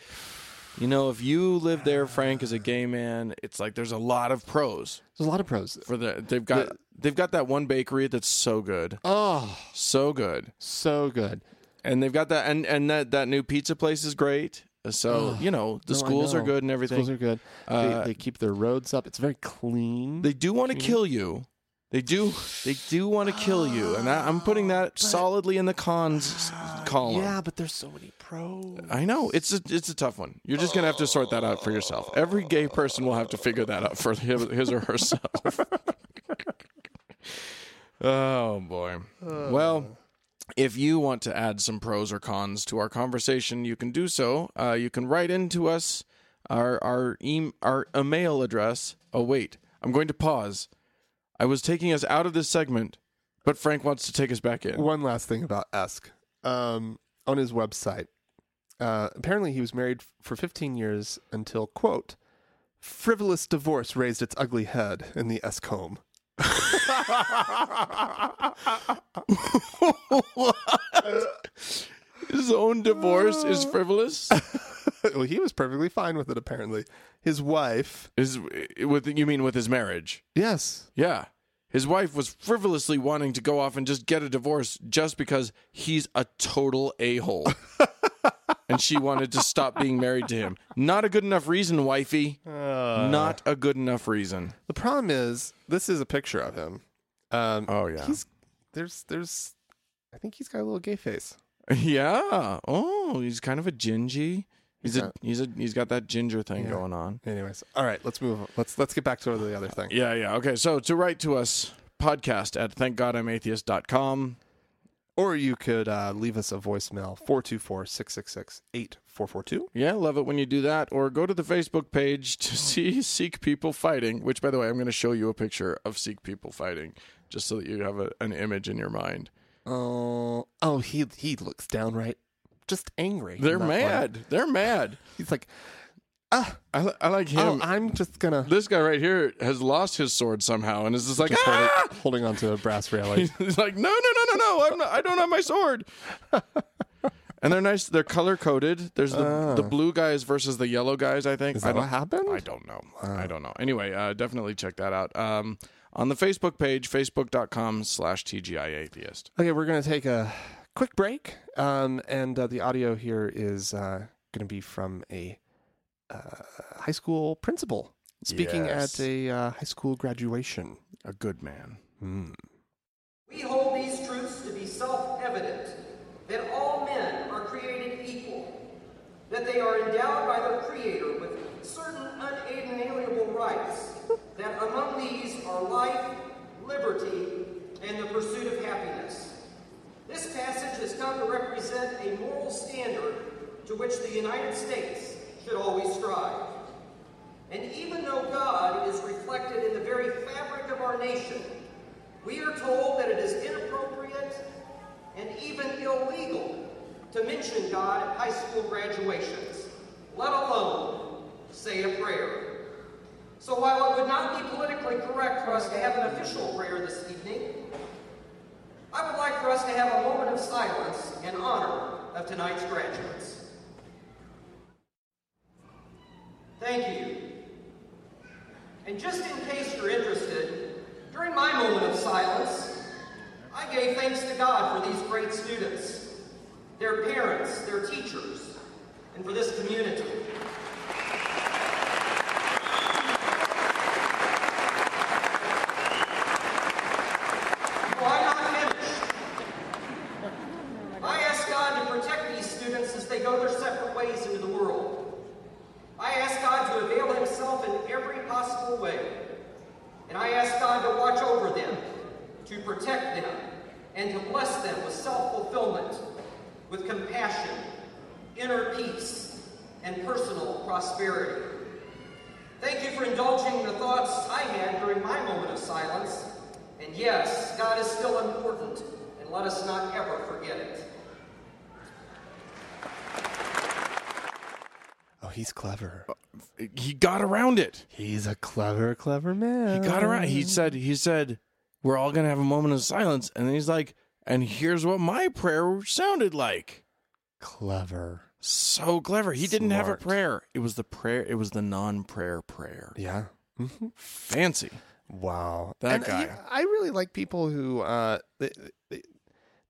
S2: you know, if you live
S1: Ah.
S2: there, Frank, as a gay man, it's like there's a lot of pros
S1: There's a lot of pros.
S2: for the they've got they've got that one bakery that's so good.
S1: Oh,
S2: So good.
S1: so good.
S2: and they've got that and and that that new pizza place is great So
S1: Ugh.
S2: you know the
S1: No, I
S2: schools are
S1: know.
S2: good and everything.
S1: Schools are good.
S2: Uh,
S1: they, they keep their roads up. It's very clean.
S2: They do want to
S1: Can you-
S2: kill you. They do. They do want to kill you, and I, I'm putting
S1: Oh,
S2: that solidly in the cons
S1: Ah,
S2: column.
S1: Yeah, but there's so many pros.
S2: I know it's a it's a tough one. You're just gonna have to sort that out for yourself. Every gay person will have to figure that out for his, his or herself. oh boy. Well, if you want to add some pros or cons to our conversation, you can do so. Uh, you can write into us our our em- our email address. Oh wait, I'm going to pause. I was taking us out of this segment, but Frank wants to take us back in.
S1: One last thing about Esk. Um, on his website, uh, apparently he was married f- for 15 years until, quote, frivolous divorce raised its ugly head in the Esk home.
S2: His own divorce is frivolous.
S1: well, he was perfectly fine with it, apparently. His wife,
S2: Is with you mean with his marriage?
S1: yes,
S2: Yeah. His wife was frivolously wanting to go off and just get a divorce just because he's a total a-hole. and she wanted to stop being married to him. Not a good enough reason, wifey. Not a good enough reason.
S1: The problem is, this is a picture of him. Um,
S2: Oh yeah.
S1: he's there's there's, I think he's got a little gay face.
S2: yeah. Oh, he's kind of a gingy. He's
S1: Yeah.
S2: a he's a he's got that ginger thing
S1: Yeah.
S2: going on.
S1: Anyways, all right, let's move. on. Let's let's get back to the other thing.
S2: Yeah, yeah. Okay. So to write to us, podcast at thankgodimatheist.com.
S1: Or you could uh, leave us a voicemail 424-666-8442.
S2: Yeah, love it when you do that. Or go to the Facebook page
S1: Oh.
S2: to see Sikh people fighting, which, by the way, I'm going to show you a picture of Sikh people fighting just so that you have a, an image in your mind.
S1: Oh, oh, he he looks downright just angry. in
S2: They're
S1: that one.
S2: mad. They're mad.
S1: He's like, ah,
S2: I, li- I like
S1: oh,
S2: him.
S1: I'm just gonna
S2: this guy right here has lost his sword somehow and is just like,
S1: just hold
S2: ah!
S1: it- holding onto a brass railing.
S2: He's like, no, no, no, no, no. I'm not, I don't have my sword. and they're nice. They're color coded. There's the, the blue guys versus the yellow guys, I think.
S1: Oh. Is
S2: I
S1: that
S2: don't,
S1: what happened?
S2: I don't know. I don't know. Anyway, uh, definitely check that out. Um, on the Facebook page, facebook.com slash TGI atheist.
S1: Okay, we're going to take a quick break. Um, and uh, the audio here is uh, going to be from a uh, high school principal speaking
S2: Yes.
S1: at a uh, high school graduation.
S2: A good man.
S3: We hold these truths to be self evident that all men are created equal, that they are endowed by their Creator with certain unalienable rights, that among these are life, liberty, and the pursuit of happiness. This passage has come to represent a moral standard to which the United States should always strive. And even though God is reflected in the very fabric of our nation, we are told that it is inappropriate and even illegal to mention God at high school graduations, let alone say a prayer. So while it would not be politically correct for us to have an official prayer this evening, I would like for us to have a moment of silence in honor of tonight's graduates. Thank you. And just in case you're interested, during my moment of silence, I gave thanks to God for these great students, their parents, their teachers, and for this community. No, I'm not finished. I ask God to protect these students as they go their separate ways into the world. I ask God to avail himself in every possible way. And I ask God to watch over them, to protect them, and to bless them with self fulfillment, with compassion, inner peace, and personal prosperity. Thank you for indulging the thoughts I had during my moment of silence. And yes, God is still important, and let us not ever forget it.
S1: Oh, he's clever.
S2: He got around it.
S1: He's a clever, clever man.
S2: He got around. He said, he said, we're all going to have a moment of silence. And then he's like, and here's what my prayer sounded like.
S1: clever.
S2: So clever. He didn't have a
S1: Smart.
S2: prayer. It was the prayer. It was the non-prayer prayer.
S1: Yeah.
S2: Fancy.
S1: Wow.
S2: That
S1: And,
S2: guy.
S1: yeah, I really like people who uh, they, they,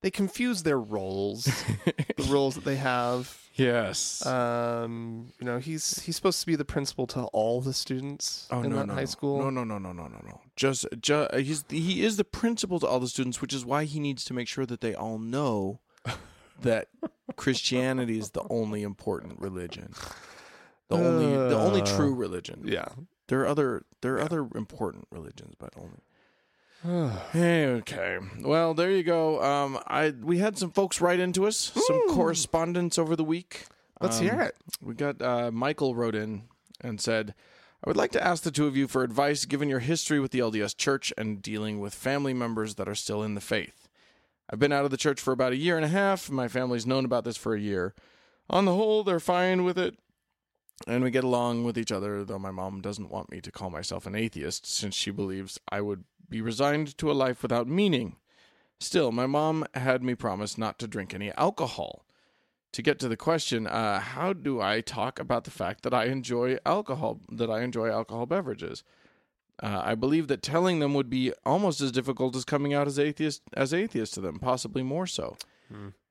S1: they confuse their roles, the roles that they have.
S2: yes.
S1: Um, you know, he's he's supposed to be the principal to all the students
S2: oh
S1: in
S2: no,
S1: that
S2: no,
S1: high
S2: no.
S1: school.
S2: No, no, no, no, no, no, no. Just, ju- uh, he's he is the principal to all the students, which is why he needs to make sure that they all know that Christianity is the only important religion. The only the only
S1: Uh,
S2: true religion.
S1: Yeah.
S2: There are other there are other important religions, but only Hey, Okay. Well, there you go. Um, I we had some folks write into us, some correspondence over the week.
S1: Let's
S2: Um,
S1: hear it.
S2: We got uh, Michael wrote in and said, "I would like to ask the two of you for advice, given your history with the LDS Church and dealing with family members that are still in the faith. I've been out of the church for about a year and a half. My family's known about this for a year. On the whole, they're fine with it." And we get along with each other, though my mom doesn't want me to call myself an atheist since she believes I would be resigned to a life without meaning. Still, my mom had me promise not to drink any alcohol. To get to the question, uh, how do I talk about the fact that I enjoy alcohol, that I enjoy alcohol beverages? Uh, I believe that telling them would be almost as difficult as coming out as atheist as atheist to them, possibly more so.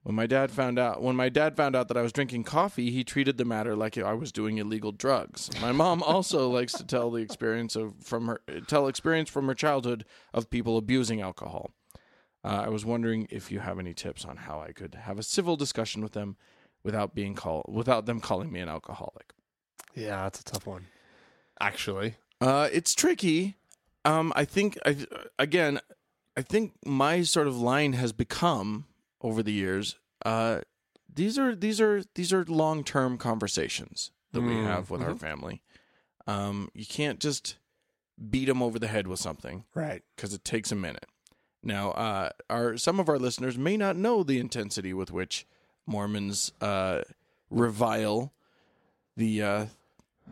S2: When my dad found out when my dad found out that I was drinking coffee, he treated the matter like I was doing illegal drugs. My mom also likes to tell the experience of from her tell experience from her childhood of people abusing alcohol. Uh, I was wondering if you have any tips on how I could have a civil discussion with them without being call without them calling me an alcoholic.
S1: Yeah, that's a tough one. Actually.
S2: Uh, it's tricky. Um, I think I again, I think my sort of line has become over the years. Uh, these are these are these are long term conversations that we
S1: Mm,
S2: have with our family. Um, you can't just beat them over the head with something
S1: Right.
S2: because it takes a minute. Now, uh, our some of our listeners may not know the intensity with which Mormons uh, revile the uh,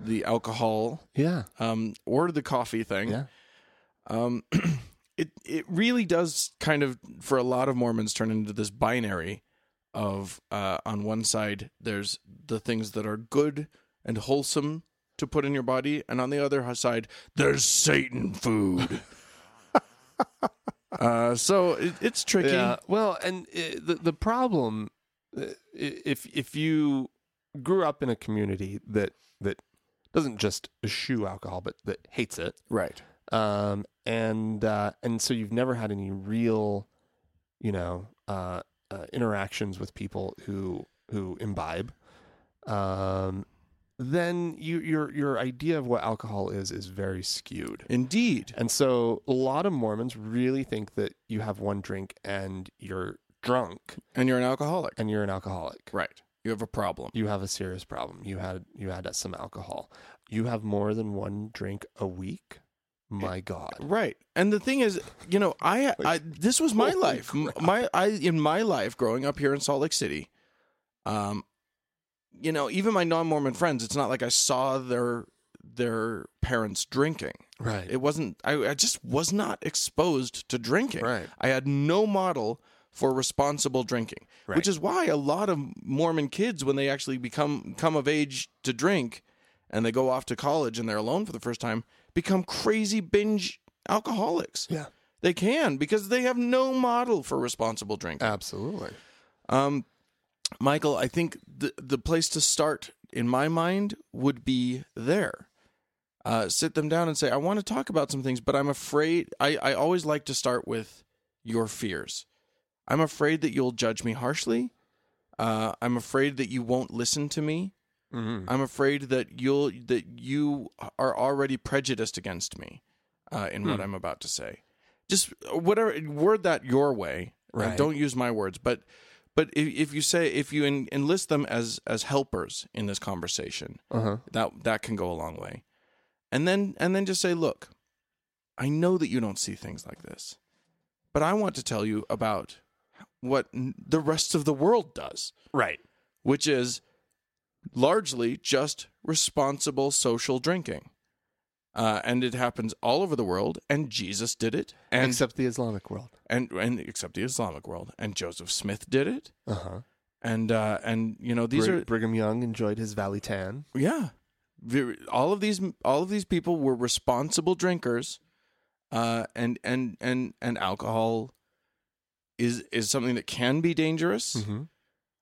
S2: the alcohol
S1: Yeah.
S2: um, or the coffee thing.
S1: Yeah.
S2: Um, it it really does kind of for a lot of Mormons turn into this binary of uh, on one side there's the things that are good and wholesome to put in your body, and on the other side there's Satan food. uh, so it, it's tricky.
S1: Yeah. Well, and uh, the the problem uh, i- if if you grew up in a community that that doesn't just eschew alcohol but that hates it,
S2: Right.
S1: um, and uh, and so you've never had any real, you know, uh, uh, interactions with people who who imbibe, um, then you, your your idea of what alcohol is is very skewed.
S2: Indeed.
S1: And so a lot of Mormons really think that you have one drink and you're drunk
S2: And you're an alcoholic.
S1: and you're an alcoholic.
S2: Right. You have a problem.
S1: You have a serious problem. You had you had some alcohol. You have more than one drink a week. My God.
S2: Right. And the thing is, you know, I, I this was my
S1: holy
S2: life. M- My I in my life growing up here in Salt Lake City, um you know, even my non-Mormon friends, it's not like I saw their their parents drinking.
S1: Right.
S2: It wasn't I, I just was not exposed to drinking.
S1: Right.
S2: I had no model for responsible drinking,
S1: Right.
S2: which is why a lot of Mormon kids, when they actually become come of age to drink, and they go off to college and they're alone for the first time, become crazy binge alcoholics.
S1: Yeah.
S2: They can because they have no model for responsible drinking.
S1: Absolutely.
S2: Um, Michael, I think the the place to start in my mind would be there. Uh, sit them down and say, "I want to talk about some things, but I'm afraid." I I always like to start with your fears. I'm afraid that you'll judge me harshly. Uh, I'm afraid that you won't listen to me.
S1: Mm-hmm.
S2: I'm afraid that you'll that you are already prejudiced against me uh, in what I'm about to say. Just uh, whatever word that your way. Uh,
S1: Right.
S2: don't use my words, but but if, if you say if you en- enlist them as as helpers in this conversation,
S1: Uh huh.
S2: that that can go a long way. And then and then just say, look, I know that you don't see things like this, but I want to tell you about what n- the rest of the world does
S1: Right.
S2: which is largely just responsible social drinking. Uh, and it happens all over the world, and Jesus did it, and
S1: Except the Islamic world.
S2: and, and except the Islamic world, and Joseph Smith did it,
S1: Uh huh.
S2: and uh, and you know these are
S1: Brigham Young enjoyed his Valley Tan.
S2: yeah, Very- all of these all of these people were responsible drinkers, uh, and and and and alcohol is is something that can be dangerous.
S1: Mm-hmm.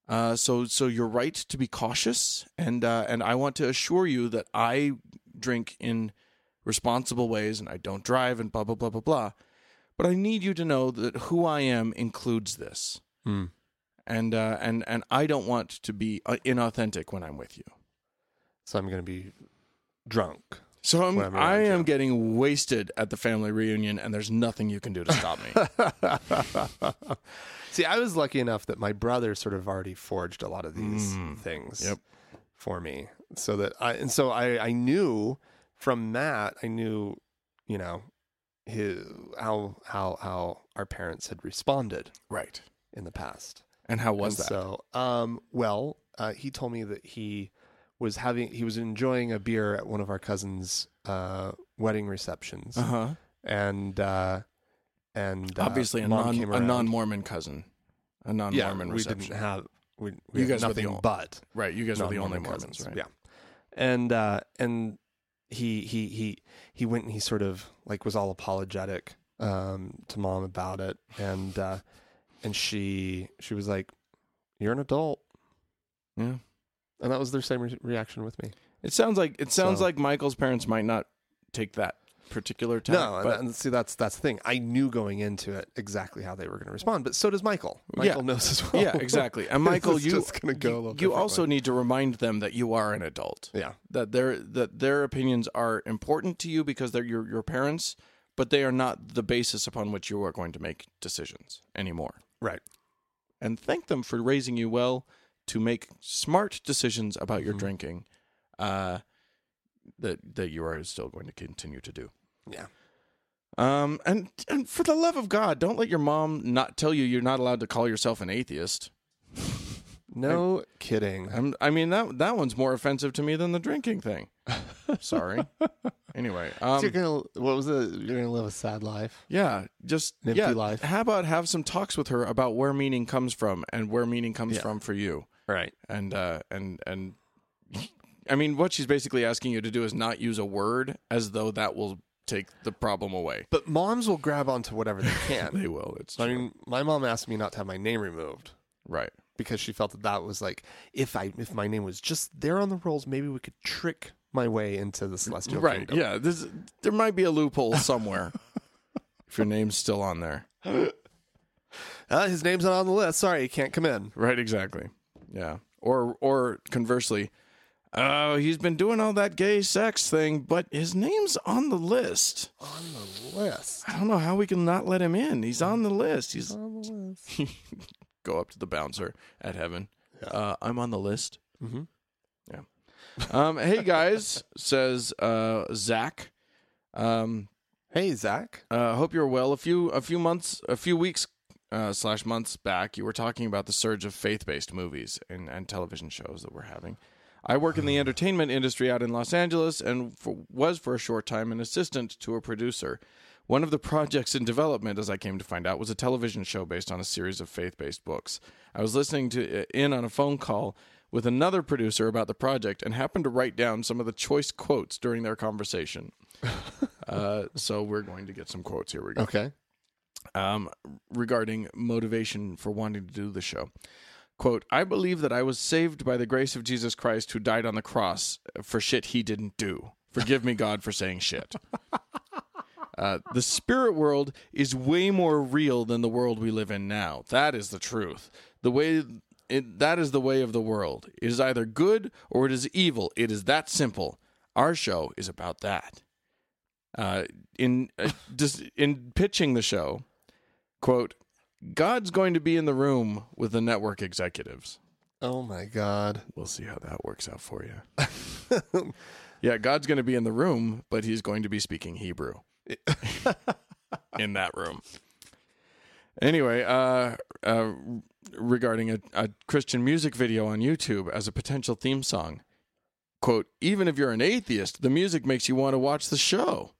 S2: Uh, so so you're right to be cautious, and uh, and I want to assure you that I drink in responsible ways, and I don't drive, and blah blah blah blah blah. But I need you to know that who I am includes this,
S1: Mm.
S2: and uh, and and I don't want to be uh, inauthentic when I'm with you.
S1: So I'm going to be drunk.
S2: So I'm,
S1: When I'm around
S2: I am
S1: you.
S2: getting wasted at the family reunion, and there's nothing you can do to stop me.
S1: See, I was lucky enough that my brother sort of already forged a lot of these things
S2: Mm. Yep.
S1: for me, so that I and so I I knew from that I knew you know his, how how how our parents had responded
S2: right.
S1: in the past.
S2: And how was
S1: And
S2: that?
S1: So, um, well, uh, he told me that he was having he was enjoying a beer at one of our cousins' uh, wedding receptions,
S2: Uh huh.
S1: and uh, and uh,
S2: Obviously, a
S1: mom
S2: non
S1: came
S2: a
S1: around.
S2: non Mormon cousin, a non
S1: yeah,
S2: Mormon
S1: we
S2: reception.
S1: didn't have we, we had
S2: You guys were the
S1: nothing
S2: only-
S1: but
S2: Right, you guys were the only
S1: non-Mormon
S2: Mormons,
S1: cousins,
S2: right?
S1: yeah, and uh, and he he he he went and he sort of like was all apologetic um, to mom about it, and uh, and she she was like, "You're an adult."
S2: Yeah.
S1: and that was their same re- reaction with me.
S2: It sounds like it sounds
S1: So-
S2: like Michael's parents might not take that particular time.
S1: no, and, that- and see that's that's the thing. I knew going into it exactly how they were going to respond, but so does Michael.
S2: Yeah.
S1: Michael knows as well.
S2: yeah, exactly. And Michael,
S1: is
S2: you
S1: just gonna go a little
S2: you, you
S1: different
S2: also
S1: way.
S2: need to remind them that you are an adult.
S1: yeah,
S2: That their that their opinions are important to you because they're your your parents, but they are not the basis upon which you are going to make decisions anymore.
S1: right.
S2: And thank them for raising you well to make smart decisions about
S1: Mm-hmm.
S2: your drinking. Uh, that that you are still going to continue to do.
S1: Yeah,
S2: Um, and and for the love of God, don't let your mom not tell you you're not allowed to call yourself an atheist.
S1: no kidding.
S2: I'm, I mean that that one's more offensive to me than the drinking thing. Sorry. anyway,
S1: you're
S2: um,
S1: gonna what was it? You're gonna live a sad life.
S2: yeah, just
S1: An empty
S2: yeah.
S1: life.
S2: How about have some talks with her about where meaning comes from and where meaning comes
S1: Yeah.
S2: from for you,
S1: Right.
S2: and uh, and and. I mean, what she's basically asking you to do is not use a word as though that will take the problem away.
S1: But moms will grab onto whatever they can.
S2: They will. It's
S1: I
S2: true.
S1: mean, my mom asked me not to have my name removed
S2: right.
S1: because she felt that that was like if I if my name was just there on the rolls, maybe we could trick my way into the celestial
S2: right
S1: kingdom.
S2: yeah there's, there might be a loophole somewhere if your name's still on there
S1: Uh, his name's not on the list. Sorry, he can't come in.
S2: right exactly yeah or or conversely oh he's been doing all that gay sex thing but his name's on the list
S1: On the list.
S2: i don't know how we can not let him in he's on the list he's
S1: On the list.
S2: go up to the bouncer at heaven uh, i'm on the list
S1: Mm-hmm.
S2: um, hey guys says uh, zach um,
S1: Hey, Zach.
S2: Uh, hope you're well. A few a few months, a few weeks uh, slash months back, you were talking about the surge of faith based movies and, and television shows that we're having. I work in the entertainment industry out in Los Angeles and for, was for a short time an assistant to a producer. One of the projects in development, as I came to find out, was a television show based on a series of faith based books. I was listening to uh, in on a phone call with another producer about the project and happened to write down some of the choice quotes during their conversation. Uh, so we're going to get some quotes. Here we go
S1: Okay.
S2: um, regarding motivation for wanting to do the show. Quote, I believe that I was saved by the grace of Jesus Christ who died on the cross for shit he didn't do. Forgive me, God, for saying shit. Uh, the spirit world is way more real than the world we live in now. That is the truth. The way it, that is the way of the world. It is either good or it is evil. It is that simple. Our show is about that. Uh, in uh, just in pitching the show, quote god's going to be in the room with the network executives
S1: Oh my God.
S2: we'll see how that works out for you yeah god's going to be in the room but he's going to be speaking hebrew in that room anyway uh, uh, regarding a, a christian music video on youtube as a potential theme song quote even if you're an atheist the music makes you want to watch the show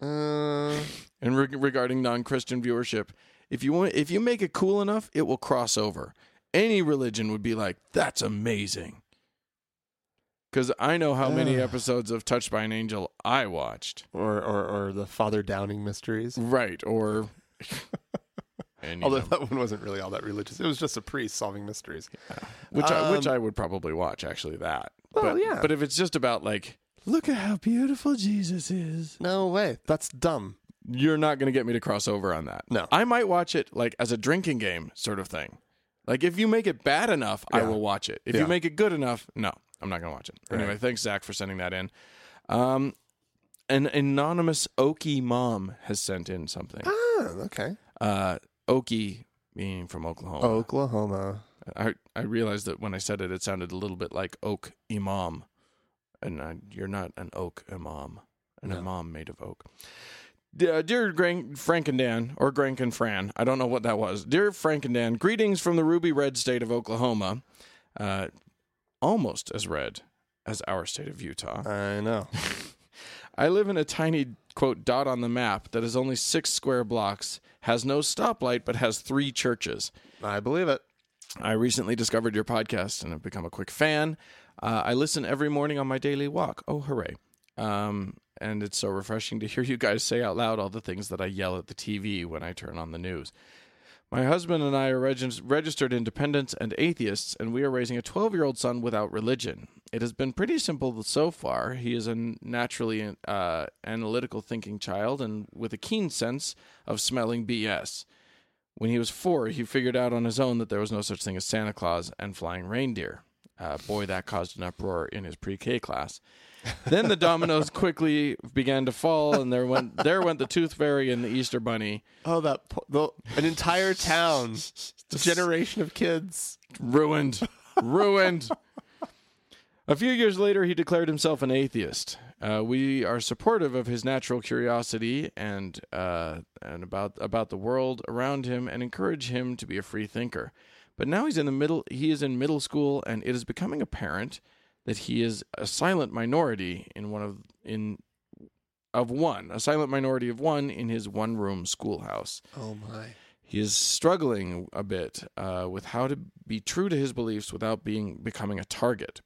S1: Uh,
S2: and reg regarding non-Christian viewership, if you want, if you make it cool enough, it will cross over. Any religion would be like, "That's amazing," because I know how many
S1: Ugh.
S2: episodes of Touched by an Angel I watched.
S1: Mm, or, or or the Father Downing mysteries.
S2: Right, or And, you
S1: Although
S2: know,
S1: that one wasn't really all that religious. It was just a priest solving mysteries.
S2: which I, which
S1: um,
S2: I would probably watch actually that.
S1: Well,
S2: but,
S1: yeah.
S2: But if it's just about like, look at how beautiful Jesus is,
S1: No way. That's dumb.
S2: you're not going to get me to cross over on that.
S1: No.
S2: I might watch it like as a drinking game sort of thing. Like if you make it bad enough, I will watch it. If
S1: Yeah.
S2: you make it good enough, no, I'm not going to watch it. Anyway, thanks Zach for sending that in. Um, an anonymous Okie mom has sent in something.
S1: Ah, okay.
S2: Uh, Okie being from
S1: Oh,
S2: Oklahoma.
S1: Oklahoma.
S2: I I realized that when I said it, it sounded a little bit like oak imam, and I, you're not an oak imam, an imam made of oak. D- uh, dear Gran- Frank and Dan, or Grank and Fran, I don't know what that was. Dear Frank and Dan, greetings from the ruby red state of Oklahoma, uh, almost as red as our state of Utah.
S1: I know.
S2: I live in a tiny quote dot on the map that is only six square blocks, has no stoplight, but has three churches.
S1: I believe it.
S2: I recently discovered your podcast and have become a quick fan. Uh, I listen every morning on my daily walk. Oh, hooray. Um, and it's so refreshing to hear you guys say out loud all the things that I yell at the TV when I turn on the news. My husband and I are reg- registered independents and atheists, and we are raising a 12 year old son without religion. It has been pretty simple so far. He is a naturally uh, analytical thinking child and with a keen sense of smelling BS. When he was four, he figured out on his own that there was no such thing as Santa Claus and flying reindeer. Uh, boy, that caused an uproar in his pre-K class. Then the dominoes quickly began to fall, and there went there went the Tooth Fairy and the Easter Bunny,
S1: Oh, that po- the, an entire town, a generation of kids.
S2: ruined, ruined. A few years later, he declared himself an atheist. Uh, we are supportive of his natural curiosity and uh, and about about the world around him, and encourage him to be a free thinker. But now he's in the middle. He is in middle school, and it is becoming apparent that he is a silent minority in one of in of one, a silent minority of one in his one room schoolhouse.
S1: Oh my.
S2: He is struggling a bit uh, with how to be true to his beliefs without being becoming a target.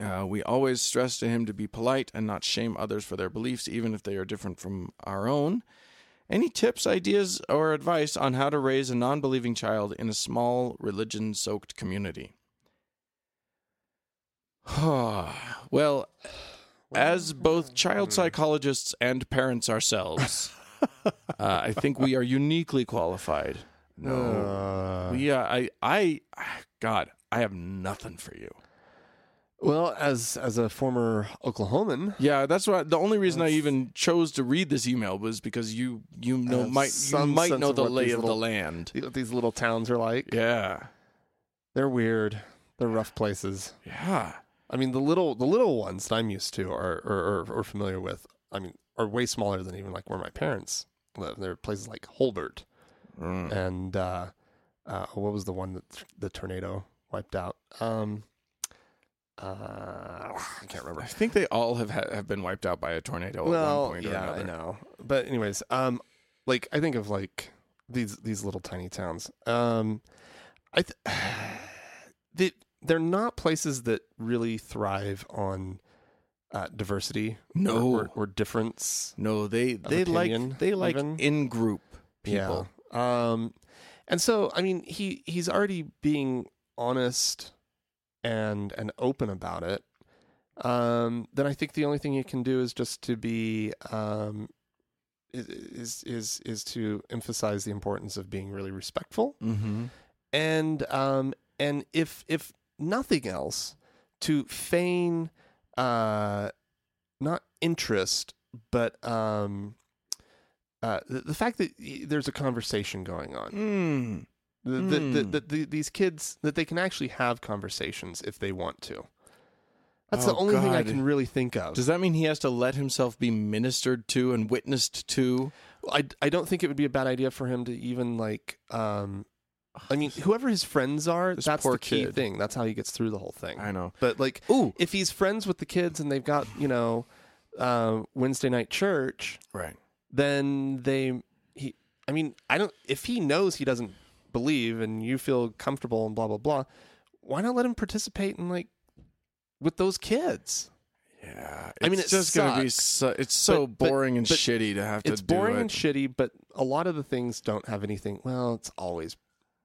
S2: Uh, we always stress to him to be polite and not shame others for their beliefs, even if they are different from our own. Any tips, ideas, or advice on how to raise a non believing child in a small, religion soaked community? well, as both child psychologists and parents ourselves, uh, I think we are uniquely qualified. No,
S1: Uh,
S2: we. Uh, I. I. God, I have nothing for you.
S1: well, as as a former Oklahoman,
S2: Yeah, that's why the only reason I even chose to read this email was because you you know
S1: have
S2: might you
S1: some
S2: might
S1: sense
S2: know
S1: of
S2: the
S1: what
S2: lay
S1: these
S2: of the
S1: little-
S2: land.
S1: see what these little towns are like.
S2: Yeah,
S1: They're weird. They're rough places.
S2: yeah,
S1: I mean, the little the little ones that I'm used to or or, or, or familiar with. I mean, are way smaller than even like where my parents live. There are places like Holbert, and uh, uh, what was the one that th- the tornado wiped out? Um, uh, I can't remember.
S2: I think they all have ha- have been wiped out by a tornado at one
S1: Well,
S2: point or
S1: yeah,
S2: another.
S1: I know. But anyways, um, like I think of like these these little tiny towns. Um, I th- they, they're not places that really thrive on uh, diversity. or-
S2: No.
S1: or, or difference.
S2: No, they they
S1: opinion,
S2: like they like
S1: even.
S2: in group people.
S1: Yeah. Um, and so I mean, he he's already being honest and and open about it. Um, then I think the only thing you can do is just to be um, i- is is is to emphasize the importance of being really respectful
S2: Mm-hmm.
S1: and um and if if nothing else to feign uh not interest but um uh the, the fact that y- there's a conversation going on
S2: Mm.
S1: Th- th- th-
S2: Mm.
S1: th- th- these kids that they can actually have conversations if they want to that's the
S2: Oh,
S1: only thing i
S2: God.
S1: can really think of
S2: Does that mean he has to let himself be ministered to and witnessed to?
S1: I, I don't think it would be a bad idea for him to even like um i mean whoever his friends are
S2: this
S1: that's
S2: poor
S1: the key
S2: kid.
S1: thing that's how he gets through the whole thing
S2: I know.
S1: But like,
S2: Ooh.
S1: if he's friends with the kids and they've got you know uh, Wednesday night church,
S2: Right.
S1: then they he. I mean, I don't. If he knows he doesn't believe and you feel comfortable and blah blah blah, why not let him participate in like with those kids?
S2: Yeah, it's
S1: I mean, it
S2: just gonna be so, it's so
S1: But- but-
S2: boring and
S1: but
S2: shitty to have to
S1: it's
S2: do
S1: boring and
S2: it.
S1: shitty, but a lot of the things don't have anything. Well, it's always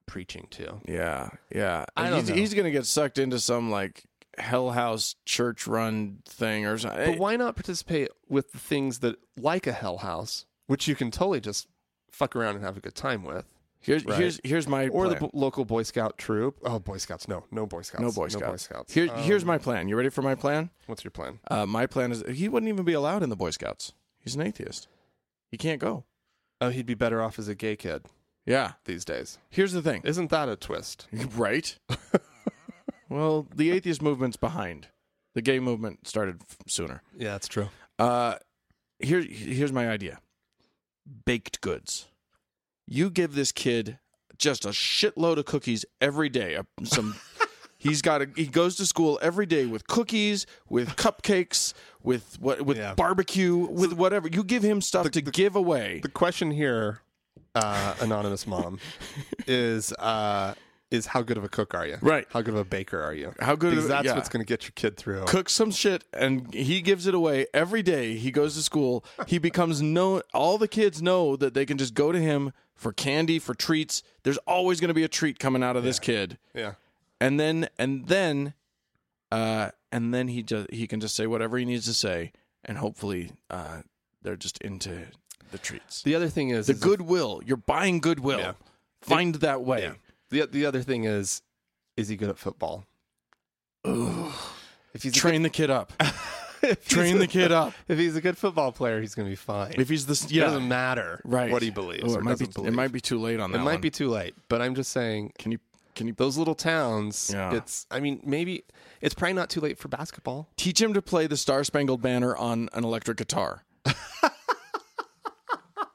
S1: preaching too.
S2: yeah, yeah.
S1: I
S2: And
S1: don't
S2: he's,
S1: know.
S2: he's gonna get sucked into some like hell house church run thing or something.
S1: But why not participate with the things that, like a Hell House, which you can totally just fuck around and have a good time with,
S2: here's
S1: Right.
S2: here's here's my
S1: or the
S2: plan.
S1: bo- local Boy Scout troop? Oh, Boy Scouts, no, no Boy Scouts,
S2: no boy
S1: no
S2: scouts.
S1: Boy Scouts.
S2: Here,
S1: Um,
S2: here's my plan. You ready for my plan?
S1: what's your plan?
S2: Uh, my plan is he wouldn't even be allowed in the boy scouts. He's an atheist. He can't go.
S1: Oh, he'd be better off as a gay kid
S2: Yeah.
S1: these days.
S2: Here's the thing.
S1: Isn't that a twist?
S2: Right. well, the atheist movement's behind. The gay movement started f- sooner.
S1: Yeah, that's true.
S2: Uh, here, here's my idea: baked goods. You give this kid just a shitload of cookies every day. uh, Some he's got. A, he goes to school every day with cookies, with cupcakes, with what, with
S1: Yeah.
S2: barbecue, with whatever. You give him stuff to give away.
S1: The question here, uh, anonymous mom, is uh, is how good of a cook are you?
S2: Right.
S1: How good of a baker are you?
S2: How good of
S1: Because
S2: a-
S1: that's
S2: yeah.
S1: what's going to get your kid through.
S2: cooks some shit and he gives it away every day he goes to school he becomes known all the kids know that they can just go to him for candy for treats there's always going to be a treat coming out of this kid
S1: Yeah.
S2: and then and then uh and then he just he can just say whatever he needs to say and hopefully uh they're just into the treats
S1: The other thing is
S2: the
S1: is
S2: goodwill you're buying goodwill
S1: Yeah.
S2: find that way
S1: Yeah. The the other thing is, is he good at football? If he's a
S2: train the kid up
S1: good, if he's
S2: train
S1: a-
S2: the kid up
S1: If he's a good football player, he's going to be fine.
S2: if he's this
S1: it
S2: yeah
S1: doesn't matter
S2: right
S1: what he believes
S2: Oh,
S1: or
S2: it might be
S1: doesn't believe.
S2: it might be too late on
S1: It
S2: that
S1: might
S2: one.
S1: be too late, but I'm just saying
S2: can you can you
S1: those little towns.
S2: Yeah.
S1: It's I mean maybe it's probably not too late for basketball.
S2: teach him to play the star spangled banner on an electric guitar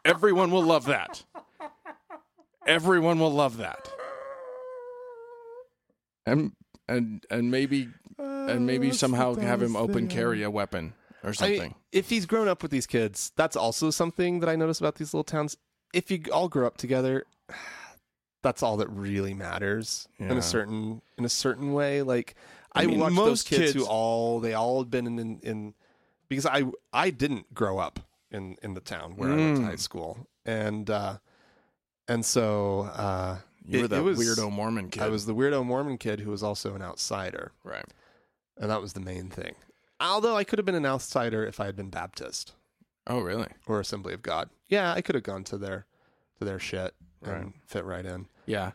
S2: everyone will love that everyone will love that and and and maybe and maybe somehow have him open carry a weapon
S1: I
S2: or
S1: mean,
S2: something
S1: if he's grown up with these kids, that's also something that I notice about these little towns. If you all grow up together, that's all that really matters in
S2: Yeah.
S1: a certain in a certain way. Like
S2: I
S1: I,
S2: mean,
S1: watch those
S2: most
S1: kids, who
S2: kids-
S1: all they all had been in, in in because I I didn't grow up in in the town where I went to
S2: Mm.
S1: high school and uh and so uh
S2: you were
S1: it-
S2: that
S1: it was-
S2: weirdo mormon kid
S1: I was the weirdo Mormon kid who was also an outsider
S2: right
S1: and that was the main thing. Although I could have been an outsider if I had been Baptist
S2: oh really
S1: or Assembly of God. Yeah, I could have gone to their to their shit and
S2: Right.
S1: fit right in.
S2: yeah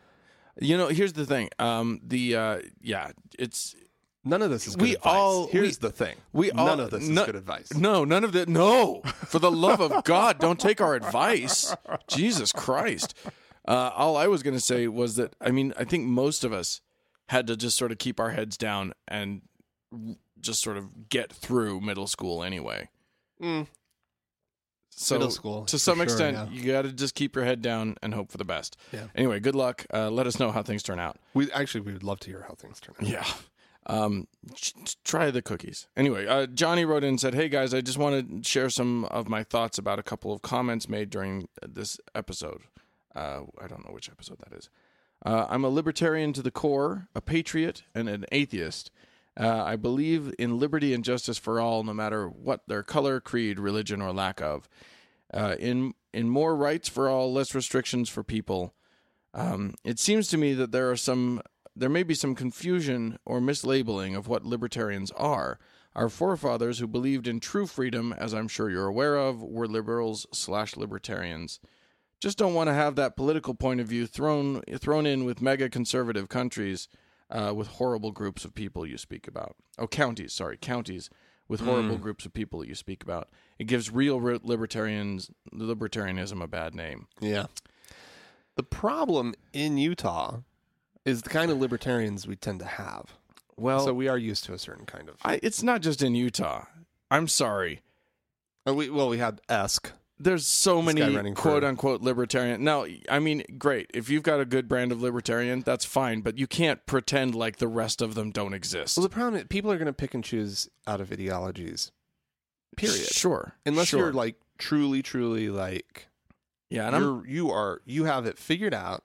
S2: you know here's the thing um the uh yeah it's
S1: None of this is good
S2: We
S1: advice.
S2: all-
S1: Here's
S2: we-
S1: the thing.
S2: we all-
S1: none of this
S2: no-
S1: is good advice.
S2: No, none of that. No, for the love of God, don't take our advice. Jesus Christ. Uh, all I was going to say was that I mean I think most of us had to just sort of keep our heads down and just sort of get through middle school anyway.
S1: Mm.
S2: So
S1: Middle school,
S2: to
S1: for
S2: some
S1: sure,
S2: extent,
S1: yeah.
S2: you got to just keep your head down and hope for the best.
S1: Yeah.
S2: Anyway, good luck. Uh, let us know how things turn out.
S1: We actually we would love to hear how things turn out.
S2: Yeah. Um, t- t- try the cookies. Anyway, uh, Johnny wrote in and said, Hey guys, I just want to share some of my thoughts about a couple of comments made during this episode. Uh, I don't know which episode that is. Uh, I'm a libertarian to the core, a patriot, and an atheist. Uh, I believe in liberty and justice for all, no matter what their color, creed, religion, or lack of. Uh, in in more rights for all, less restrictions for people. Um, it seems to me that there are some there may be some confusion or mislabeling of what libertarians are. Our forefathers who believed in true freedom, as I'm sure you're aware of, were liberals slash libertarians. Just don't want to have that political point of view thrown thrown in with mega conservative countries uh, with horrible groups of people you speak about. Oh, counties, sorry, counties with horrible groups of people you speak about. It gives real ri- libertarians libertarianism a bad name.
S1: Yeah. The problem in Utah is the kind of libertarians we tend to have.
S2: Well,
S1: so we are used to a certain kind of.
S2: I, it's not just in Utah. I'm sorry.
S1: Oh, we, well, we had Esk.
S2: There's so
S1: This guy
S2: many
S1: running for-
S2: quote unquote libertarian. Now, I mean, great. If you've got a good brand of libertarian, that's fine, but you can't pretend like the rest of them don't exist.
S1: Well, the problem is people are going to pick and choose out of ideologies. Period.
S2: Sure.
S1: Unless
S2: sure.
S1: you're like truly, truly like
S2: yeah, and I'm,
S1: you're, you are you have it figured out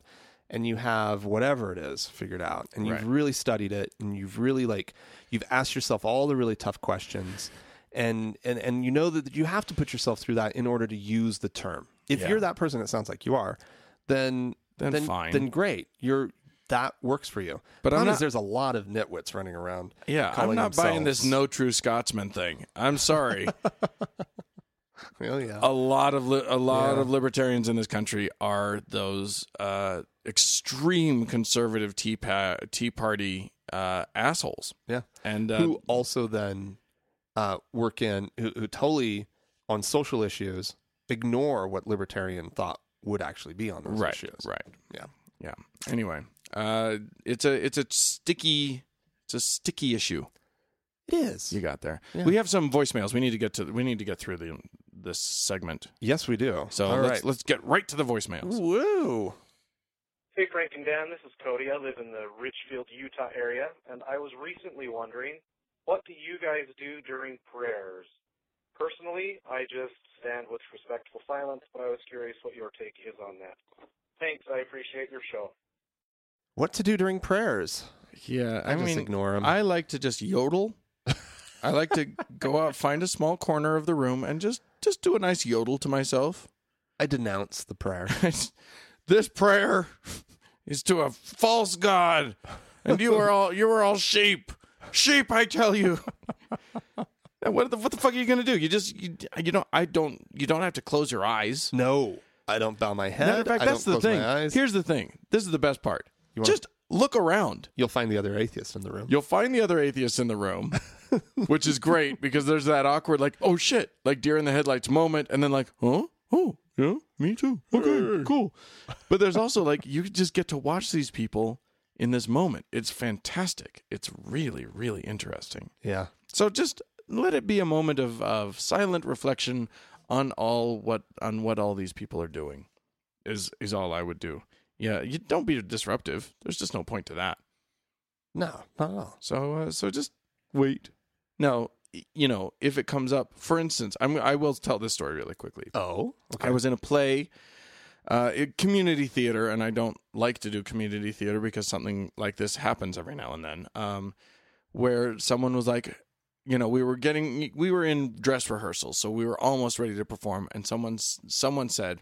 S1: and you have whatever it is figured out and you've
S2: Right.
S1: really studied it and you've really like you've asked yourself all the really tough questions and and and you know that you have to put yourself through that in order to use the term. If
S2: Yeah.
S1: you're that person, it sounds like you are, then
S2: Then
S1: then,
S2: fine.
S1: then great. You're that works for you.
S2: But I'm
S1: Problem is
S2: not-
S1: there's a lot of nitwits running around.
S2: Yeah, I'm
S1: calling
S2: not buying this
S1: themselves-
S2: no true Scotsman thing. I'm sorry.
S1: Well, Oh, yeah.
S2: a lot of li- a lot of libertarians in this country are those uh, extreme conservative Tea, pa- tea Party uh, assholes.
S1: Yeah.
S2: and uh,
S1: who also then uh, work in who, who totally on social issues ignore what libertarian thought would actually be on those
S2: right,
S1: issues.
S2: right,
S1: Yeah.
S2: yeah. Anyway, uh, it's a it's a sticky it's a sticky issue.
S1: It is.
S2: You got there.
S1: Yeah.
S2: We have some voicemails. We need to get to we need to get through the this segment.
S1: yes, we do. Uh,
S2: So
S1: All
S2: let's
S1: right.
S2: let's get right to the voicemails.
S1: Woo.
S4: Hey, Frank and Dan, this is Cody. I live in the Richfield, Utah area, and I was recently wondering, what do you guys do during prayers? Personally, I just stand with respectful silence, but I was curious what your take is on that. Thanks, I appreciate your show.
S1: What to do during prayers?
S2: Yeah,
S1: I, just ignore them.
S2: I like to just yodel. I like to go out, find a small corner of the room, and just just do a nice yodel to myself.
S1: I denounce the prayer.
S2: this prayer is to a false god, and you are all you are all sheep, sheep. I tell you. And what the what the fuck are you gonna do? You just you, you know I don't you don't have to close your eyes.
S1: no, I don't bow my head.
S2: Matter of fact,
S1: I
S2: that's the
S1: don't close
S2: thing.
S1: My eyes.
S2: Here's the thing. This is the best part.
S1: wanna-
S2: Just look around.
S1: You'll find the other atheist in the room.
S2: You'll find the other atheists in the room, which is great because there's that awkward, like, oh shit, like deer in the headlights moment, and then like, huh? Oh, yeah, me too. Okay, cool. But there's also like, you just get to watch these people in this moment. It's fantastic. It's really, really interesting.
S1: yeah.
S2: So just let it be a moment of, of silent reflection on all what on what all these people are doing is is all I would do. Yeah, you don't be disruptive. There's just no point to that.
S1: No, not at all.
S2: So uh, so just wait. Now, y- you know, if it comes up, for instance, I'm I will tell this story really quickly.
S1: Oh, okay.
S2: I was in a play, uh, it, community theater, and I don't like to do community theater because something like this happens every now and then, um, where someone was like, you know, we were getting, we were in dress rehearsals, so we were almost ready to perform, and someone someone said,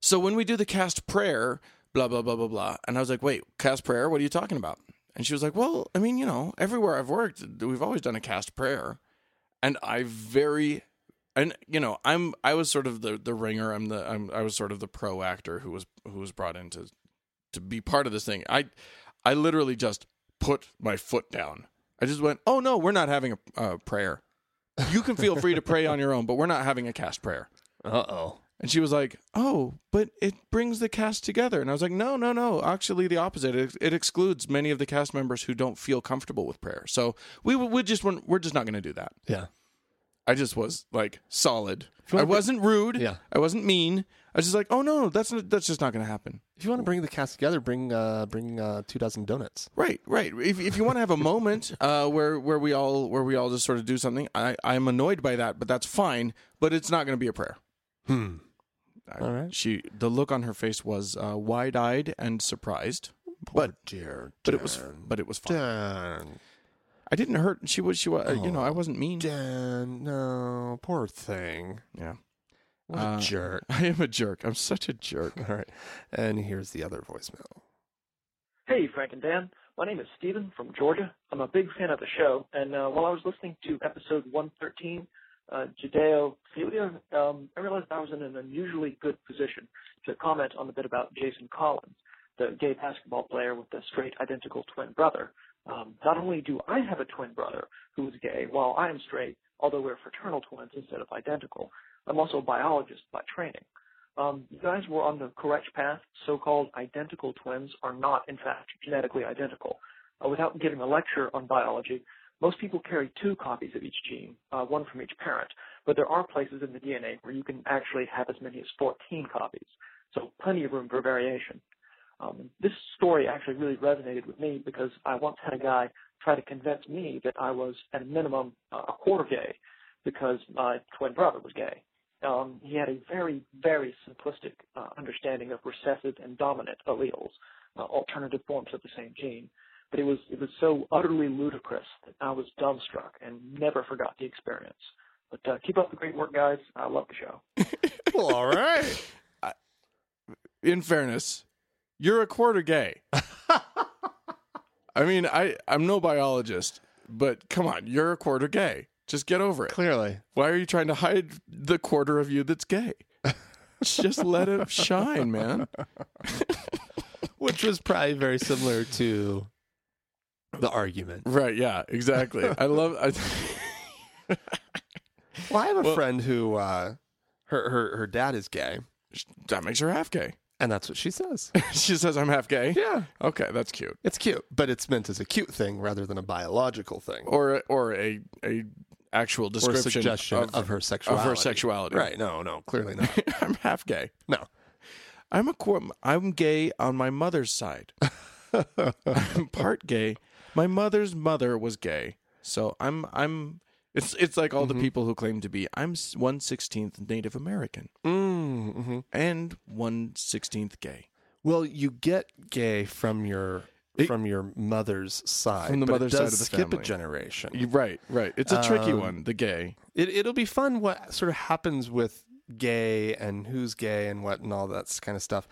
S2: so when we do the cast prayer, blah blah blah blah blah, and I was like, wait, cast prayer? What are you talking about? And she was like, well, I mean, you know, everywhere I've worked, we've always done a cast prayer, and I very and you know i'm i was sort of the the ringer i'm the i'm i was sort of the pro actor who was who was brought in to to be part of this thing i i literally just put my foot down i just went oh no we're not having a, a prayer you can feel free to pray on your own but we're not having a cast prayer
S1: Uh oh.
S2: and she was like oh but it brings the cast together and i was like no no no actually the opposite it, it excludes many of the cast members who don't feel comfortable with prayer so we we just we're just not going to do that
S1: Yeah.
S2: I just was like solid.
S1: you
S2: I
S1: wanna-
S2: wasn't rude.
S1: Yeah.
S2: I wasn't mean. I was just like, oh no, no, that's not, that's just not going to happen.
S1: If you want to bring the cast together, bring uh, bring uh, two dozen donuts.
S2: Right, right. If, if you want to have a moment uh, where where we all where we all just sort of do something, I I'm annoyed by that, but that's fine. But it's not going to be a prayer. Hmm.
S1: All right.
S2: She the look on her face was uh, wide eyed and surprised, but
S1: dear,
S2: but it was but it was fine.
S1: Dan,
S2: I didn't hurt. She was she was
S1: Oh,
S2: you know I wasn't mean.
S1: Dan, no, poor thing.
S2: Yeah.
S1: What a jerk.
S2: I am a jerk. I'm such a jerk.
S1: All right, and here's the other voicemail.
S5: Hey, Frank and Dan. My name is Steven from Georgia. I'm a big fan of the show, and uh, while I was listening to episode 113, uh, Judeo-Philia, um, I realized I was in an unusually good position to comment on the bit about Jason Collins, the gay basketball player with the straight identical twin brother. Um, not only do I have a twin brother who is gay, while I am straight, although we're fraternal twins instead of identical, I'm also a biologist by training. Um, you guys were on the correct path. So-called identical twins are not, in fact, genetically identical. Uh, without giving a lecture on biology, most people carry two copies of each gene, uh, one from each parent, but there are places in the DNA where you can actually have as many as 14 copies, so plenty of room for variation. Um, this story actually really resonated with me because I once had a guy try to convince me that I was, at a minimum, uh, a quarter gay because my twin brother was gay um, he had a very, very simplistic uh, understanding of recessive and dominant alleles, uh, alternative forms of the same gene. but it was it was so utterly ludicrous that I was dumbstruck and never forgot the experience. But uh, keep up the great work, guys. I love the show.
S1: Well, all right.
S2: in fairness, you're a quarter gay. I mean, I I'm no biologist, but come on, you're a quarter gay. Just get over it.
S1: Clearly.
S2: Why are you trying to hide the quarter of you that's gay? Just let it shine, man.
S1: Which was probably very similar to the argument.
S2: Right? Yeah. Exactly. I love. I,
S1: Well, I have a
S2: Well-
S1: friend who uh, her, her her dad is gay,
S2: that makes her half gay.
S1: and that's what she says.
S2: she says I'm half gay.
S1: yeah.
S2: Okay, that's cute.
S1: It's cute, but it's meant as a cute thing rather than a biological thing or,
S2: Or or a a actual description
S1: suggestion of, her
S2: of
S1: sexuality.
S2: her sexuality.
S1: Right. No, no, clearly not.
S2: I'm half gay.
S1: No.
S2: I'm a qu- I'm gay on my mother's side. I'm part gay. My mother's mother was gay, so I'm I'm. It's it's like all the people who claim to be. I'm one sixteenth Native American Mm,
S1: mm-hmm.
S2: and one sixteenth gay.
S1: Well, you get gay from your
S2: It-
S1: from your mother's side.
S2: From the
S1: but
S2: mother's
S1: it
S2: side
S1: does
S2: of the
S1: skip
S2: family.
S1: a generation.
S2: You- Right, right. It's a tricky
S1: Um,
S2: one. The gay.
S1: it, it'll be fun what sort of happens with gay and who's gay and what and all that kind of stuff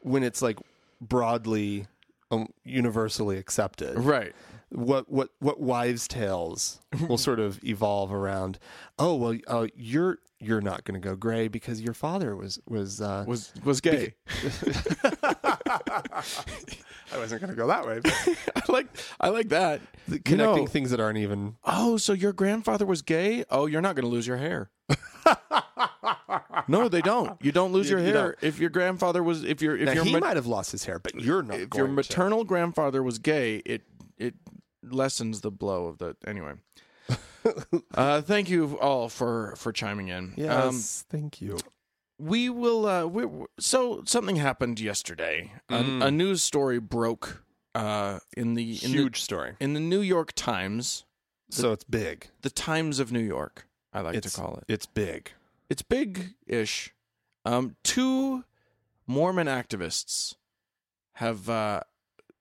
S1: when it's like broadly um, universally accepted
S2: Right.
S1: what what what wives tales will sort of evolve around oh well uh, you're you're not going to go gray because your father was was uh,
S2: Was was gay.
S1: I wasn't going to go that way
S2: I like I like that. You know,
S1: connecting things that aren't even
S2: Oh, so your grandfather was gay? Oh, you're not going to lose your hair. no, they don't. You don't lose
S1: You-
S2: your
S1: you
S2: hair if your grandfather was if your if
S1: now,
S2: your
S1: he
S2: ma-
S1: might have lost his hair but you're not
S2: if
S1: going
S2: your
S1: to.
S2: maternal grandfather was gay, it it lessens the blow of the anyway. uh, thank you all for for chiming in. Um,
S1: yes thank you
S2: we will. Uh, we, so something happened yesterday.
S1: Mm.
S2: A, a news story broke uh, in the in
S1: huge story
S2: the, in the New York Times,
S1: so it's big
S2: the Times of New York. I like
S1: it's
S2: to call it.
S1: it's big
S2: it's big ish. Um, two Mormon activists have uh,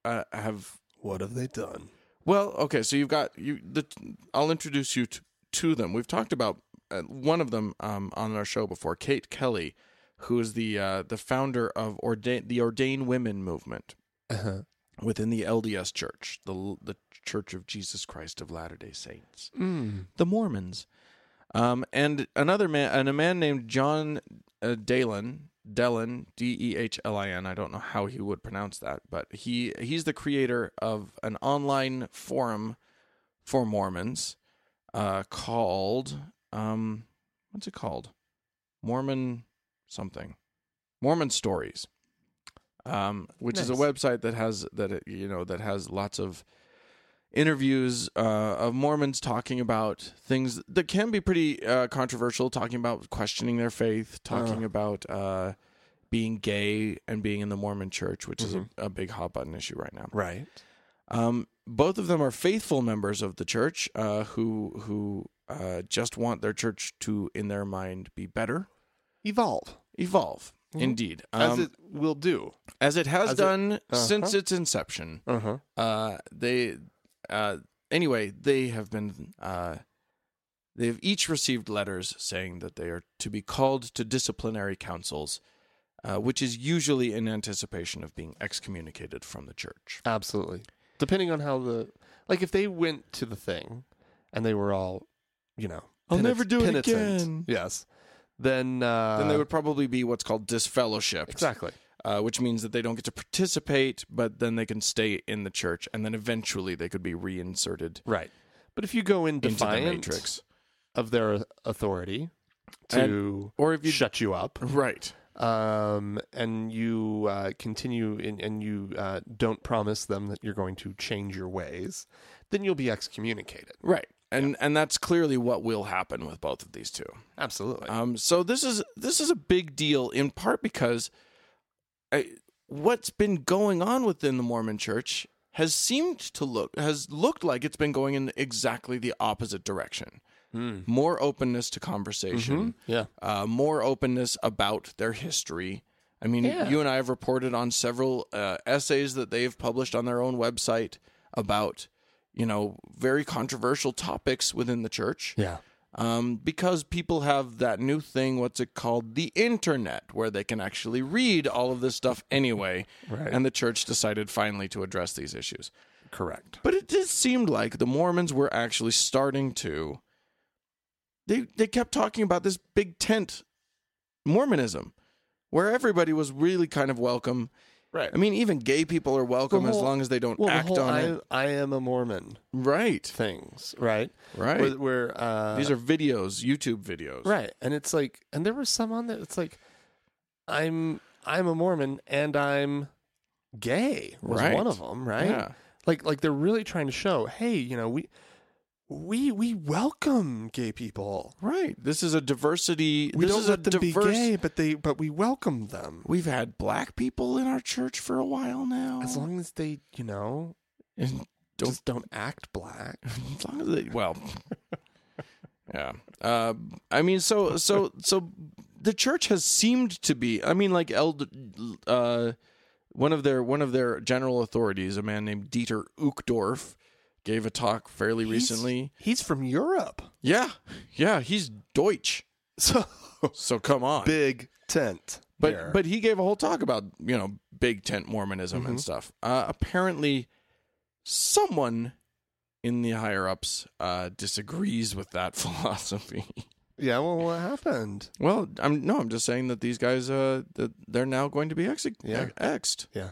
S2: uh, have
S1: what have they done
S2: well, okay. So you've got you. The I'll introduce you t- to them. We've talked about uh, one of them um, on our show before, Kate Kelly, who is the uh, the founder of ordain the Ordain Women movement
S1: uh-huh.
S2: within the LDS Church, the L- the Church of Jesus Christ of Latter Day Saints, the Mormons, um, and another man, and a man named John uh, Dalen, Dellen, D E H L I N. I don't know how he would pronounce that, but he he's the creator of an online forum for Mormons uh, called um, what's it called? Mormon something, Mormon Stories um, which is a
S1: Nice.
S2: website that has that it- you know that has lots of interviews uh, of Mormons talking about things that can be pretty uh, controversial, talking about questioning their faith, talking about uh, being gay and being in the Mormon Church, which is a, a big hot button issue right now.
S1: right
S2: Um, both of them are faithful members of the church uh, who who uh, just want their church to, in their mind, be better,
S1: evolve
S2: evolve. Indeed,
S1: as
S2: Um,
S1: it will do
S2: as it has
S1: As it-
S2: done since
S1: Uh-huh.
S2: its inception.
S1: uh-huh
S2: Uh, they, uh, anyway, they have been, uh, they have each received letters saying that they are to be called to disciplinary councils, uh, which is usually in anticipation of being excommunicated from the church.
S1: Absolutely. Depending on how the like if they went to the thing and they were all, you know,
S2: I'll never do it
S1: penitent,
S2: again.
S1: Yes. Then uh
S2: then they would probably be what's called disfellowshipped.
S1: Exactly.
S2: Uh, which means that they don't get to participate, but then they can stay in the church, and then eventually they could be reinserted
S1: Right. But if you go in
S2: into the
S1: defiant
S2: matrix.
S1: of their authority to
S2: Or if you
S1: shut you up,
S2: right,
S1: um, and you uh, continue in, and you uh, don't promise them that you're going to change your ways, then you'll be excommunicated.
S2: Right. And and that's clearly what will happen with both of these two.
S1: Absolutely.
S2: Um so this is this is a big deal in part because I, what's been going on within the Mormon church has seemed to look has looked like it's been going in exactly the opposite direction. More openness to conversation
S1: yeah.
S2: uh, more openness about their history. I mean,
S1: Yeah.
S2: you and I have reported on several uh, essays that they've published on their own website about, you know, very controversial topics within the church
S1: Yeah.
S2: um, because people have that new thing, what's it called? The internet, where they can actually read all of this stuff anyway.
S1: Right.
S2: And the church decided finally to address these issues.
S1: Correct.
S2: But it did seem like the Mormons were actually starting to. They they kept talking about this big tent Mormonism, where everybody was really kind of welcome.
S1: Right.
S2: I mean, even gay people are welcome
S1: The
S2: as
S1: whole-
S2: long as they don't
S1: well,
S2: act
S1: the whole
S2: on
S1: I,
S2: it.
S1: I am a Mormon
S2: Right.
S1: things, right?
S2: Right.
S1: Where, where uh,
S2: These are videos, YouTube videos.
S1: right, and it's like, and there was some on that. It's like, I'm I'm a Mormon and I'm gay was
S2: Right.
S1: one of them, right?
S2: Yeah.
S1: Like like they're really trying to show, hey, you know, we we we welcome gay people.
S2: Right. This is a diversity.
S1: We
S2: this
S1: don't
S2: is
S1: let
S2: a
S1: them
S2: diverse.
S1: be gay, but they but we welcome them
S2: We've had black people in our church for a while now.
S1: as long as they, you know,
S2: and
S1: don't
S2: Don't-
S1: just don't act black.
S2: as long as they, well, yeah. Uh, I mean, so so so the church has seemed to be. I mean, like eld, uh, one of their one of their general authorities, a man named Dieter Uchtdorf, gave a talk fairly
S1: He's-
S2: recently.
S1: he's from Europe,
S2: Yeah, yeah, he's Deutsch.
S1: so
S2: So come on,
S1: big tent.
S2: But
S1: there.
S2: but he gave a whole talk about you know big tent Mormonism
S1: Mm-hmm.
S2: and stuff. Uh, apparently, someone in the higher ups uh, disagrees with that philosophy.
S1: yeah, well, what happened?
S2: well, I'm no, I'm just saying that these guys uh that they're now going to be exe-
S1: Yeah.
S2: exed.
S1: Yeah.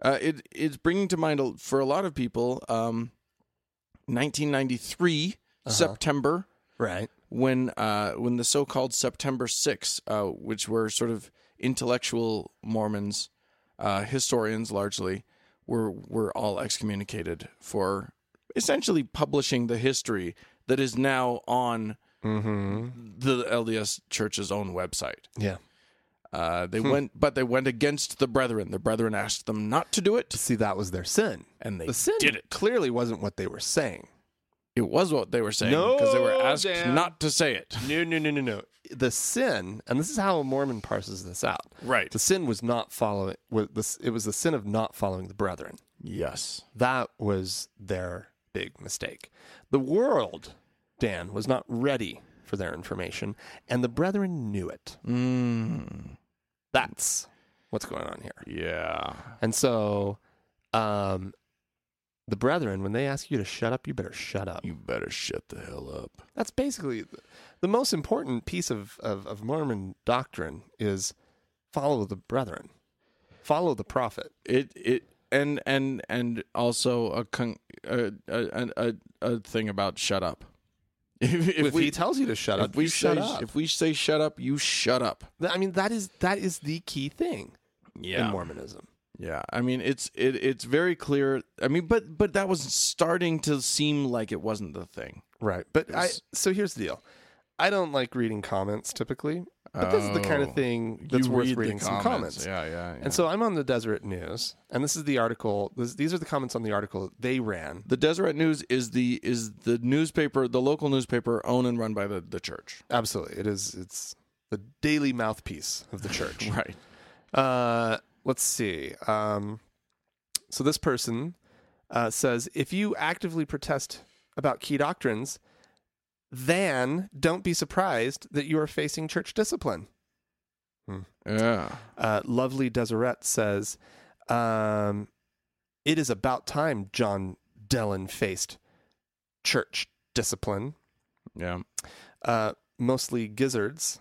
S2: Uh, it it's bringing to mind a- for a lot of people, um, 1993
S1: Uh-huh.
S2: September
S1: Right.
S2: when uh, when the so-called September Six, uh, which were sort of intellectual Mormons, uh, historians largely, were were all excommunicated for essentially publishing the history that is now on
S1: Mm-hmm.
S2: the LDS Church's own website.
S1: Yeah.
S2: Uh, they went, but they went against the brethren. The brethren asked them not to do it,
S1: See, that was their sin.
S2: and they
S1: the sin
S2: did it.
S1: clearly wasn't what they were saying.
S2: It was what they were saying
S1: No,
S2: because they were asked
S1: Dan.
S2: not to say it.
S1: No, no, no, no, no. The sin, and this is how a Mormon parses this out.
S2: Right.
S1: The sin was not following. Was this? It was the sin of not following the brethren.
S2: Yes.
S1: That was their big mistake. The world, Dan, was not ready for their information, and the brethren knew it.
S2: Mm.
S1: That's what's going on here.
S2: Yeah.
S1: And so, um, the brethren, when they ask you to shut up, you better shut up.
S2: You better shut the hell up.
S1: That's basically the, the most important piece of, of, of Mormon doctrine is follow the brethren, follow the prophet.
S2: It it and and and also a con- a, a, a a thing about shut up. If, if
S1: If, he tells you to shut
S2: if
S1: up,
S2: we
S1: you shut
S2: say,
S1: up.
S2: if we say shut up, you shut up.
S1: Th- I mean, that is that is the key thing in
S2: Yeah.
S1: Mormonism.
S2: Yeah. I mean, it's it it's very clear. I mean, but but that was starting to seem like it wasn't the thing.
S1: Right. But I
S2: Yes.
S1: so here's the deal. I don't like reading comments typically, but this is the kind
S2: Oh.
S1: of thing that's
S2: You
S1: worth
S2: read the
S1: reading some comments.
S2: Yeah, yeah. yeah.
S1: And so I'm on the Deseret News, and this is the article. This, these are the comments on the article that they ran.
S2: the Deseret News is the is the newspaper, the local newspaper owned and run by the the church.
S1: Absolutely, it is. It's the daily mouthpiece of the church.
S2: Right.
S1: uh, let's see. Um, so this person uh, says, if you actively protest about key doctrines, then don't be surprised that you are facing church discipline.
S2: Yeah.
S1: Uh, lovely Deseret says, um, "It is about time John Dellon faced church discipline."
S2: Yeah.
S1: Uh, mostly gizzards.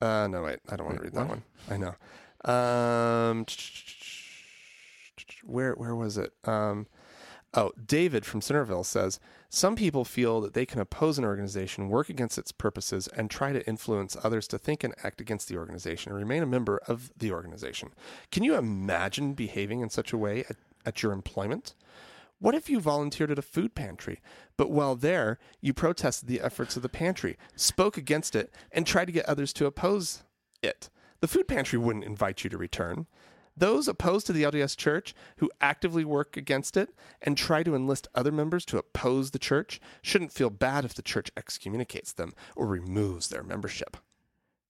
S1: Uh, no, wait, I don't want to
S2: Wait,
S1: read that one.
S2: what?
S1: I know. Um, where where was it? Um, oh, David from Centerville says some people feel that they can oppose an organization, work against its purposes, and try to influence others to think and act against the organization and remain a member of the organization. Can you imagine behaving in such a way at, at your employment? What if you volunteered at a food pantry, but while there, you protested the efforts of the pantry, spoke against it, and tried to get others to oppose it? The food pantry wouldn't invite you to return. Those opposed to the LDS Church who actively work against it and try to enlist other members to oppose the church shouldn't feel bad if the church excommunicates them or removes their membership.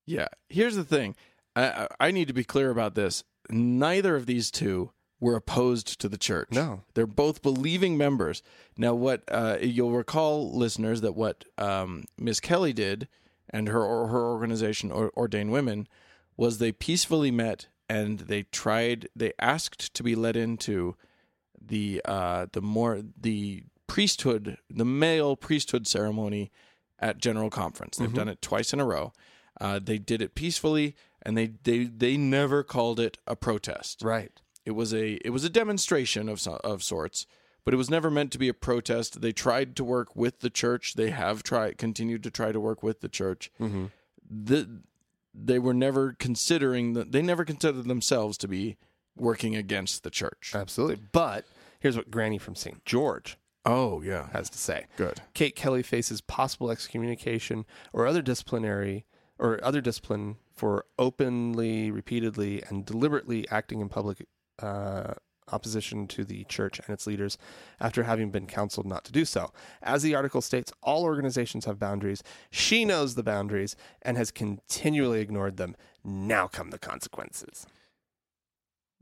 S2: Yeah. Here's the thing. I, I I need to be clear about this. Neither of these two were opposed to the church.
S1: No.
S2: They're both believing members. Now, what uh, you'll recall, listeners, that what um, Miss Kelly did and her or her organization, or, Ordained Women, was they peacefully met and they tried. They asked to be let into the uh, the more the priesthood, the male priesthood ceremony at General Conference. They've done it twice in a row. Uh, they did it peacefully, and they they they never called it a protest.
S1: Right.
S2: It was a it was a demonstration of so- of sorts, but it was never meant to be a protest. They tried to work with the church. They have tried continued to try to work with the church. The, they were never considering that they never considered themselves to be working against the church.
S1: Absolutely. But here's what Granny from St. George
S2: oh yeah,
S1: has to say.
S2: good.
S1: Kate Kelly faces possible excommunication or other disciplinary or other discipline for openly, repeatedly, and deliberately acting in public uh, opposition to the church and its leaders after having been counseled not to do so. As the article states, all organizations have boundaries. She knows the boundaries and has continually ignored them. Now come the consequences.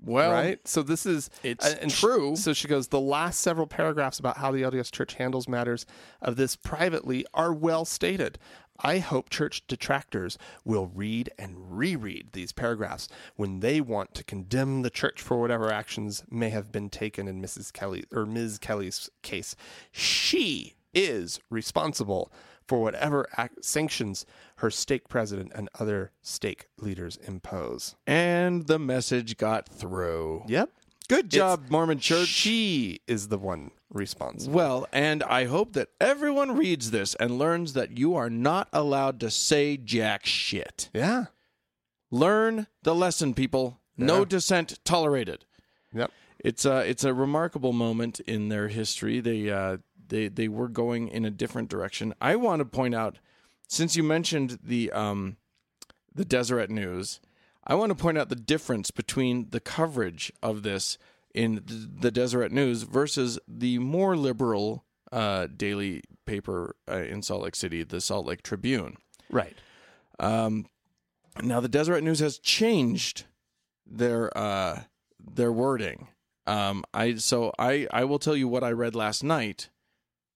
S2: Well,
S1: right? So this is
S2: It's
S1: uh, sh-
S2: true.
S1: so she goes, the last several paragraphs about how the LDS Church handles matters of this privately are well stated. I hope church detractors will read and reread these paragraphs when they want to condemn the church for whatever actions may have been taken in Mrs. Kelly or Ms. Kelly's case. She is responsible for whatever ac- sanctions her stake president and other stake leaders impose.
S2: and the message got through.
S1: Yep.
S2: Good job, Mormon Church.
S1: She is the one responsible.
S2: Well, and I hope that everyone reads this and learns that you are not allowed to say jack shit.
S1: Yeah.
S2: Learn the lesson, people. No dissent tolerated.
S1: Yep.
S2: It's a it's a remarkable moment in their history. They uh, they they were going in a different direction. I want to point out, since you mentioned the um, the Deseret News, I want to point out the difference between the coverage of this in th- the Deseret News versus the more liberal uh, daily paper uh, in Salt Lake City, the Salt Lake Tribune.
S1: Right.
S2: Now the Deseret News has changed their uh their wording. Um I so I I will tell you what I read last night.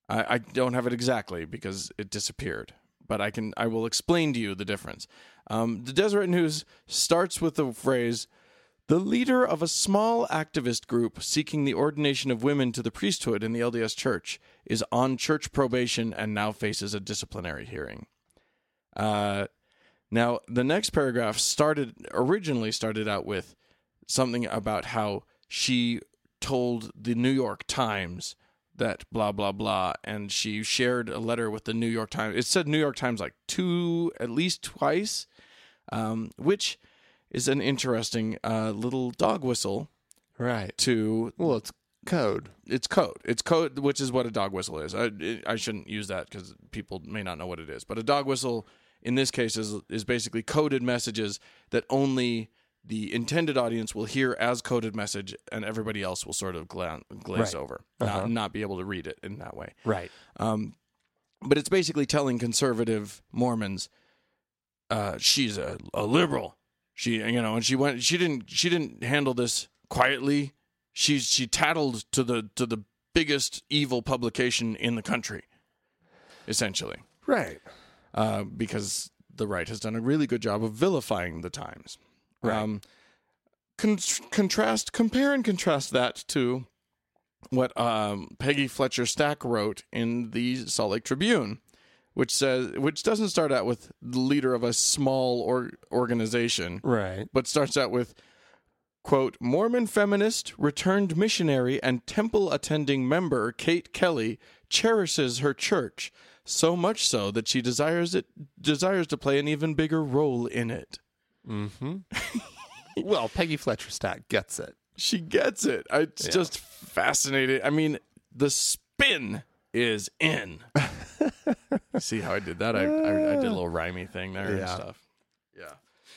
S2: I, I don't have it exactly because it disappeared, but I can I will explain to you the difference. Um the Deseret News starts with the phrase the leader of a small activist group seeking the ordination of women to the priesthood in the LDS Church is on church probation and now faces a disciplinary hearing. Uh, now, the next paragraph started originally started out with something about how she told the New York Times that blah blah blah, and she shared a letter with the New York Times. It said New York Times like two, at least twice, um, which is an interesting uh, little dog whistle
S1: Right.
S2: to
S1: Well, it's code.
S2: it's code. It's code, which is what a dog whistle is. I, I shouldn't use that because people may not know what it is. But a dog whistle, in this case, is is basically coded messages that only the intended audience will hear as coded message, and everybody else will sort of glan-
S1: Right.
S2: glaze
S1: Uh-huh.
S2: over, not, not be able to read it in that way.
S1: Right.
S2: Um, But it's basically telling conservative Mormons, uh, she's a, a liberal. She, you know, and she went. She didn't. She didn't handle this quietly. She she tattled to the to the biggest evil publication in the country, essentially,
S1: Right.
S2: uh, because the right has done a really good job of vilifying the Times.
S1: Right.
S2: Um, con- contrast, compare, and contrast that to what um, Peggy Fletcher Stack wrote in the Salt Lake Tribune, which says, which doesn't start out with the leader of a small or- organization,
S1: Right.
S2: but starts out with quote mormon feminist returned missionary and temple attending member kate kelly cherishes her church so much so that she desires it desires to play an even bigger role in it
S1: well, Peggy Fletcher Stack gets it.
S2: she gets it I- it's just fascinating i mean the spin is in see how i did that I, I, I did a little rhymey thing there and
S1: Yeah.
S2: stuff yeah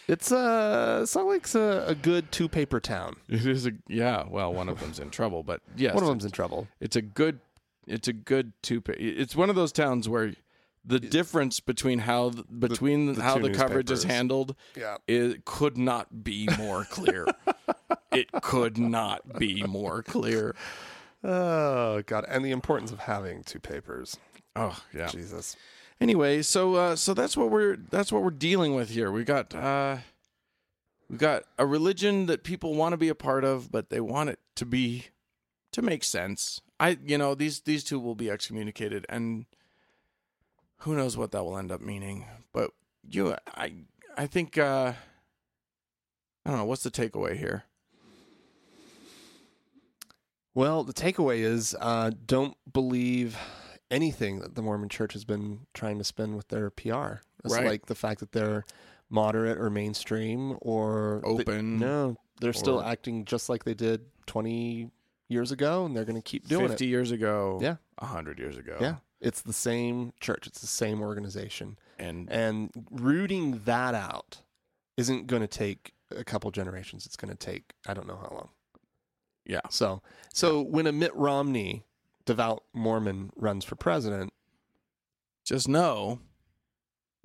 S1: It's uh, Salt Lake's a, a good two paper town.
S2: it is a yeah well one of them's in trouble but yes
S1: One of them's in trouble.
S2: It's a good. It's a good two. pa- It's one of those towns where the difference between how th- between
S1: the
S2: how
S1: two
S2: the coverage is
S1: newspapers.
S2: handled,
S1: Yeah.
S2: it could not be more clear. it could not be more clear.
S1: Oh God, and the importance of having two papers.
S2: Oh yeah.
S1: Jesus.
S2: Anyway, so uh, so that's what we're that's what we're dealing with here. We got uh, we got a religion that people want to be a part of, but they want it to be to make sense. I you know these these two will be excommunicated, and who knows what that will end up meaning. But you, I I think uh, I don't know what's the takeaway here.
S1: Well, the takeaway is uh, don't believe anything that the Mormon Church has been trying to spin with their PR. It's
S2: Right.
S1: like the fact that they're moderate or mainstream or th-
S2: Open
S1: no, they're still
S2: or-
S1: acting just like they did 20 years ago, and they're going to keep doing
S2: Fifty
S1: it.
S2: years ago,
S1: Yeah.
S2: hundred years ago,
S1: Yeah, it's the same church. It's the same organization.
S2: and
S1: and rooting that out isn't going to take a couple generations. It's going to take I don't know how long.
S2: Yeah.
S1: So so when a Mitt Romney devout Mormon runs for president,
S2: just know,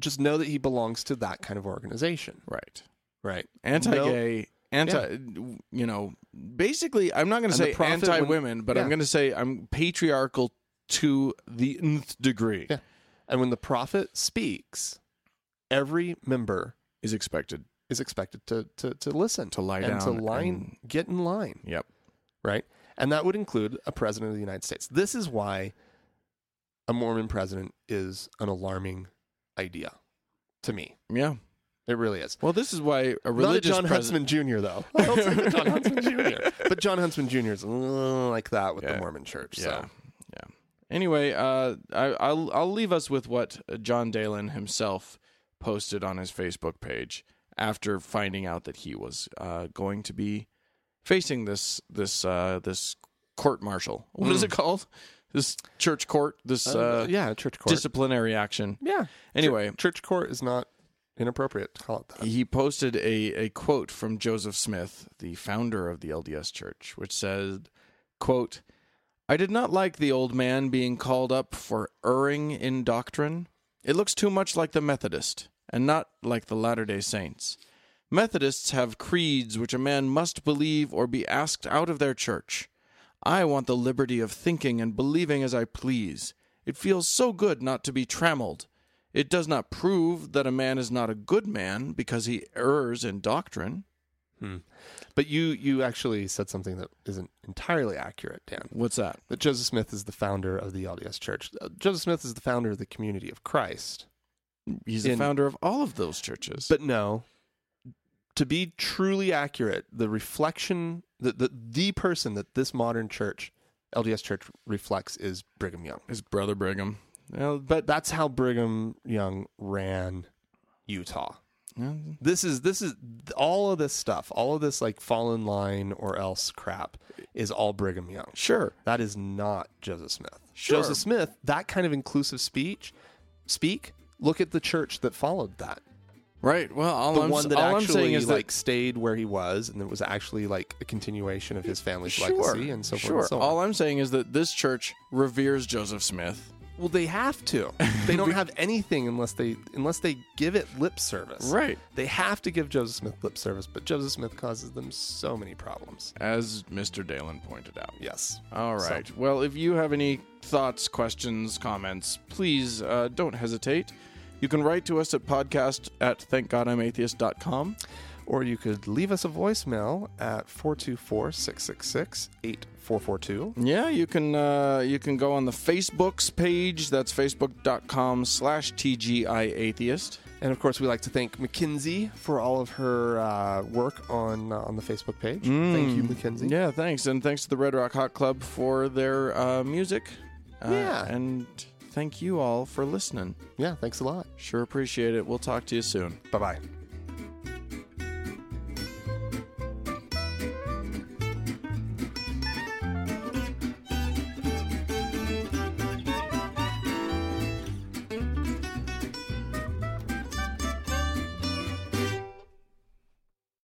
S1: just know that he belongs to that kind of organization,
S2: right?
S1: right?
S2: anti-gay, anti, you know, basically, I'm not going to
S1: And the
S2: say
S1: prophet when-
S2: anti-women, but I'm
S1: yeah.
S2: going to say I'm patriarchal to the nth degree
S1: Yeah. And when the prophet speaks, every member
S2: is expected.
S1: is expected to to, to listen
S2: To lie
S1: and to
S2: down
S1: line get in line.
S2: Yep.
S1: right? And that would include a president of the United States. This is why a Mormon president is an alarming idea to me.
S2: Yeah.
S1: It really is.
S2: Well, this is why a
S1: Not a
S2: religious
S1: John
S2: president.
S1: Huntsman Jr. though. I don't think of John Huntsman Jr. But John Huntsman Jr. is a little like that with
S2: Yeah.
S1: the Mormon Church.
S2: Yeah.
S1: So
S2: Yeah. Anyway, uh, I, I'll I'll leave us with what John Dalen himself posted on his Facebook page after finding out that he was uh, going to be facing this this uh, this court martial. What is it called? This church court. This
S1: Hmm. uh,
S2: uh,
S1: yeah, church court.
S2: disciplinary action.
S1: yeah.
S2: Anyway,
S1: Chur- church court is not inappropriate to call it that.
S2: he posted a, a quote from Joseph Smith, the founder of the LDS Church, which said, quote, I did not like the old man being called up for erring in doctrine. It looks too much like the Methodist, and not like the Latter day Saints. Methodists have creeds which a man must believe or be asked out of their church. I want the liberty of thinking and believing as I please. It feels so good not to be trammeled. It does not prove that a man is not a good man because he errs in doctrine.
S1: But you you actually said something that isn't entirely accurate, Dan.
S2: What's that?
S1: That Joseph Smith is the founder of the LDS Church. Uh, Joseph Smith is the founder of the Community of Christ.
S2: He's
S1: In-
S2: the founder of all of those churches.
S1: But no, to be truly accurate, the reflection, the, the, the person that this modern church, LDS church, reflects is Brigham Young.
S2: his brother Brigham. Well, but
S1: That's how Brigham Young ran Utah. This is this is all of this stuff, all of this like fall in line or else crap is all Brigham Young.
S2: sure.
S1: That is not Joseph Smith.
S2: Sure.
S1: Joseph Smith, that kind of inclusive speech, speak. Look at the church that followed that.
S2: Right. Well, all,
S1: the
S2: I'm,
S1: one that
S2: all
S1: actually
S2: I'm saying is
S1: like
S2: that,
S1: stayed where he was, and it was actually like a continuation of his family's
S2: sure,
S1: legacy and so forth.
S2: sure.
S1: And so on.
S2: all I'm saying is that this church reveres Joseph Smith.
S1: well, they have to. They don't have anything unless they unless they give it lip service.
S2: Right.
S1: They have to give Joseph Smith lip service, but Joseph Smith causes them so many problems.
S2: As Mr. Dalen pointed out.
S1: Yes.
S2: All
S1: So-
S2: right. Well, if you have any thoughts, questions, comments, please uh, don't hesitate. You can write to us at podcast at thankgodimatheist.com.
S1: Or you could leave us a voicemail at 424 666 8442.
S2: Yeah, you can uh, you can go on the Facebook's page. That's facebook.com slash tgiatheist.
S1: And of course, we like to thank Mackenzie for all of her uh, work on uh, on the Facebook page. Thank you, Mackenzie.
S2: Mm. Yeah, thanks. And thanks to the Red Rock Hot Club for their uh, music. Uh,
S1: Yeah.
S2: And thank you all for listening.
S1: Yeah, thanks a lot.
S2: Sure appreciate it. We'll talk to you soon.
S1: Bye bye.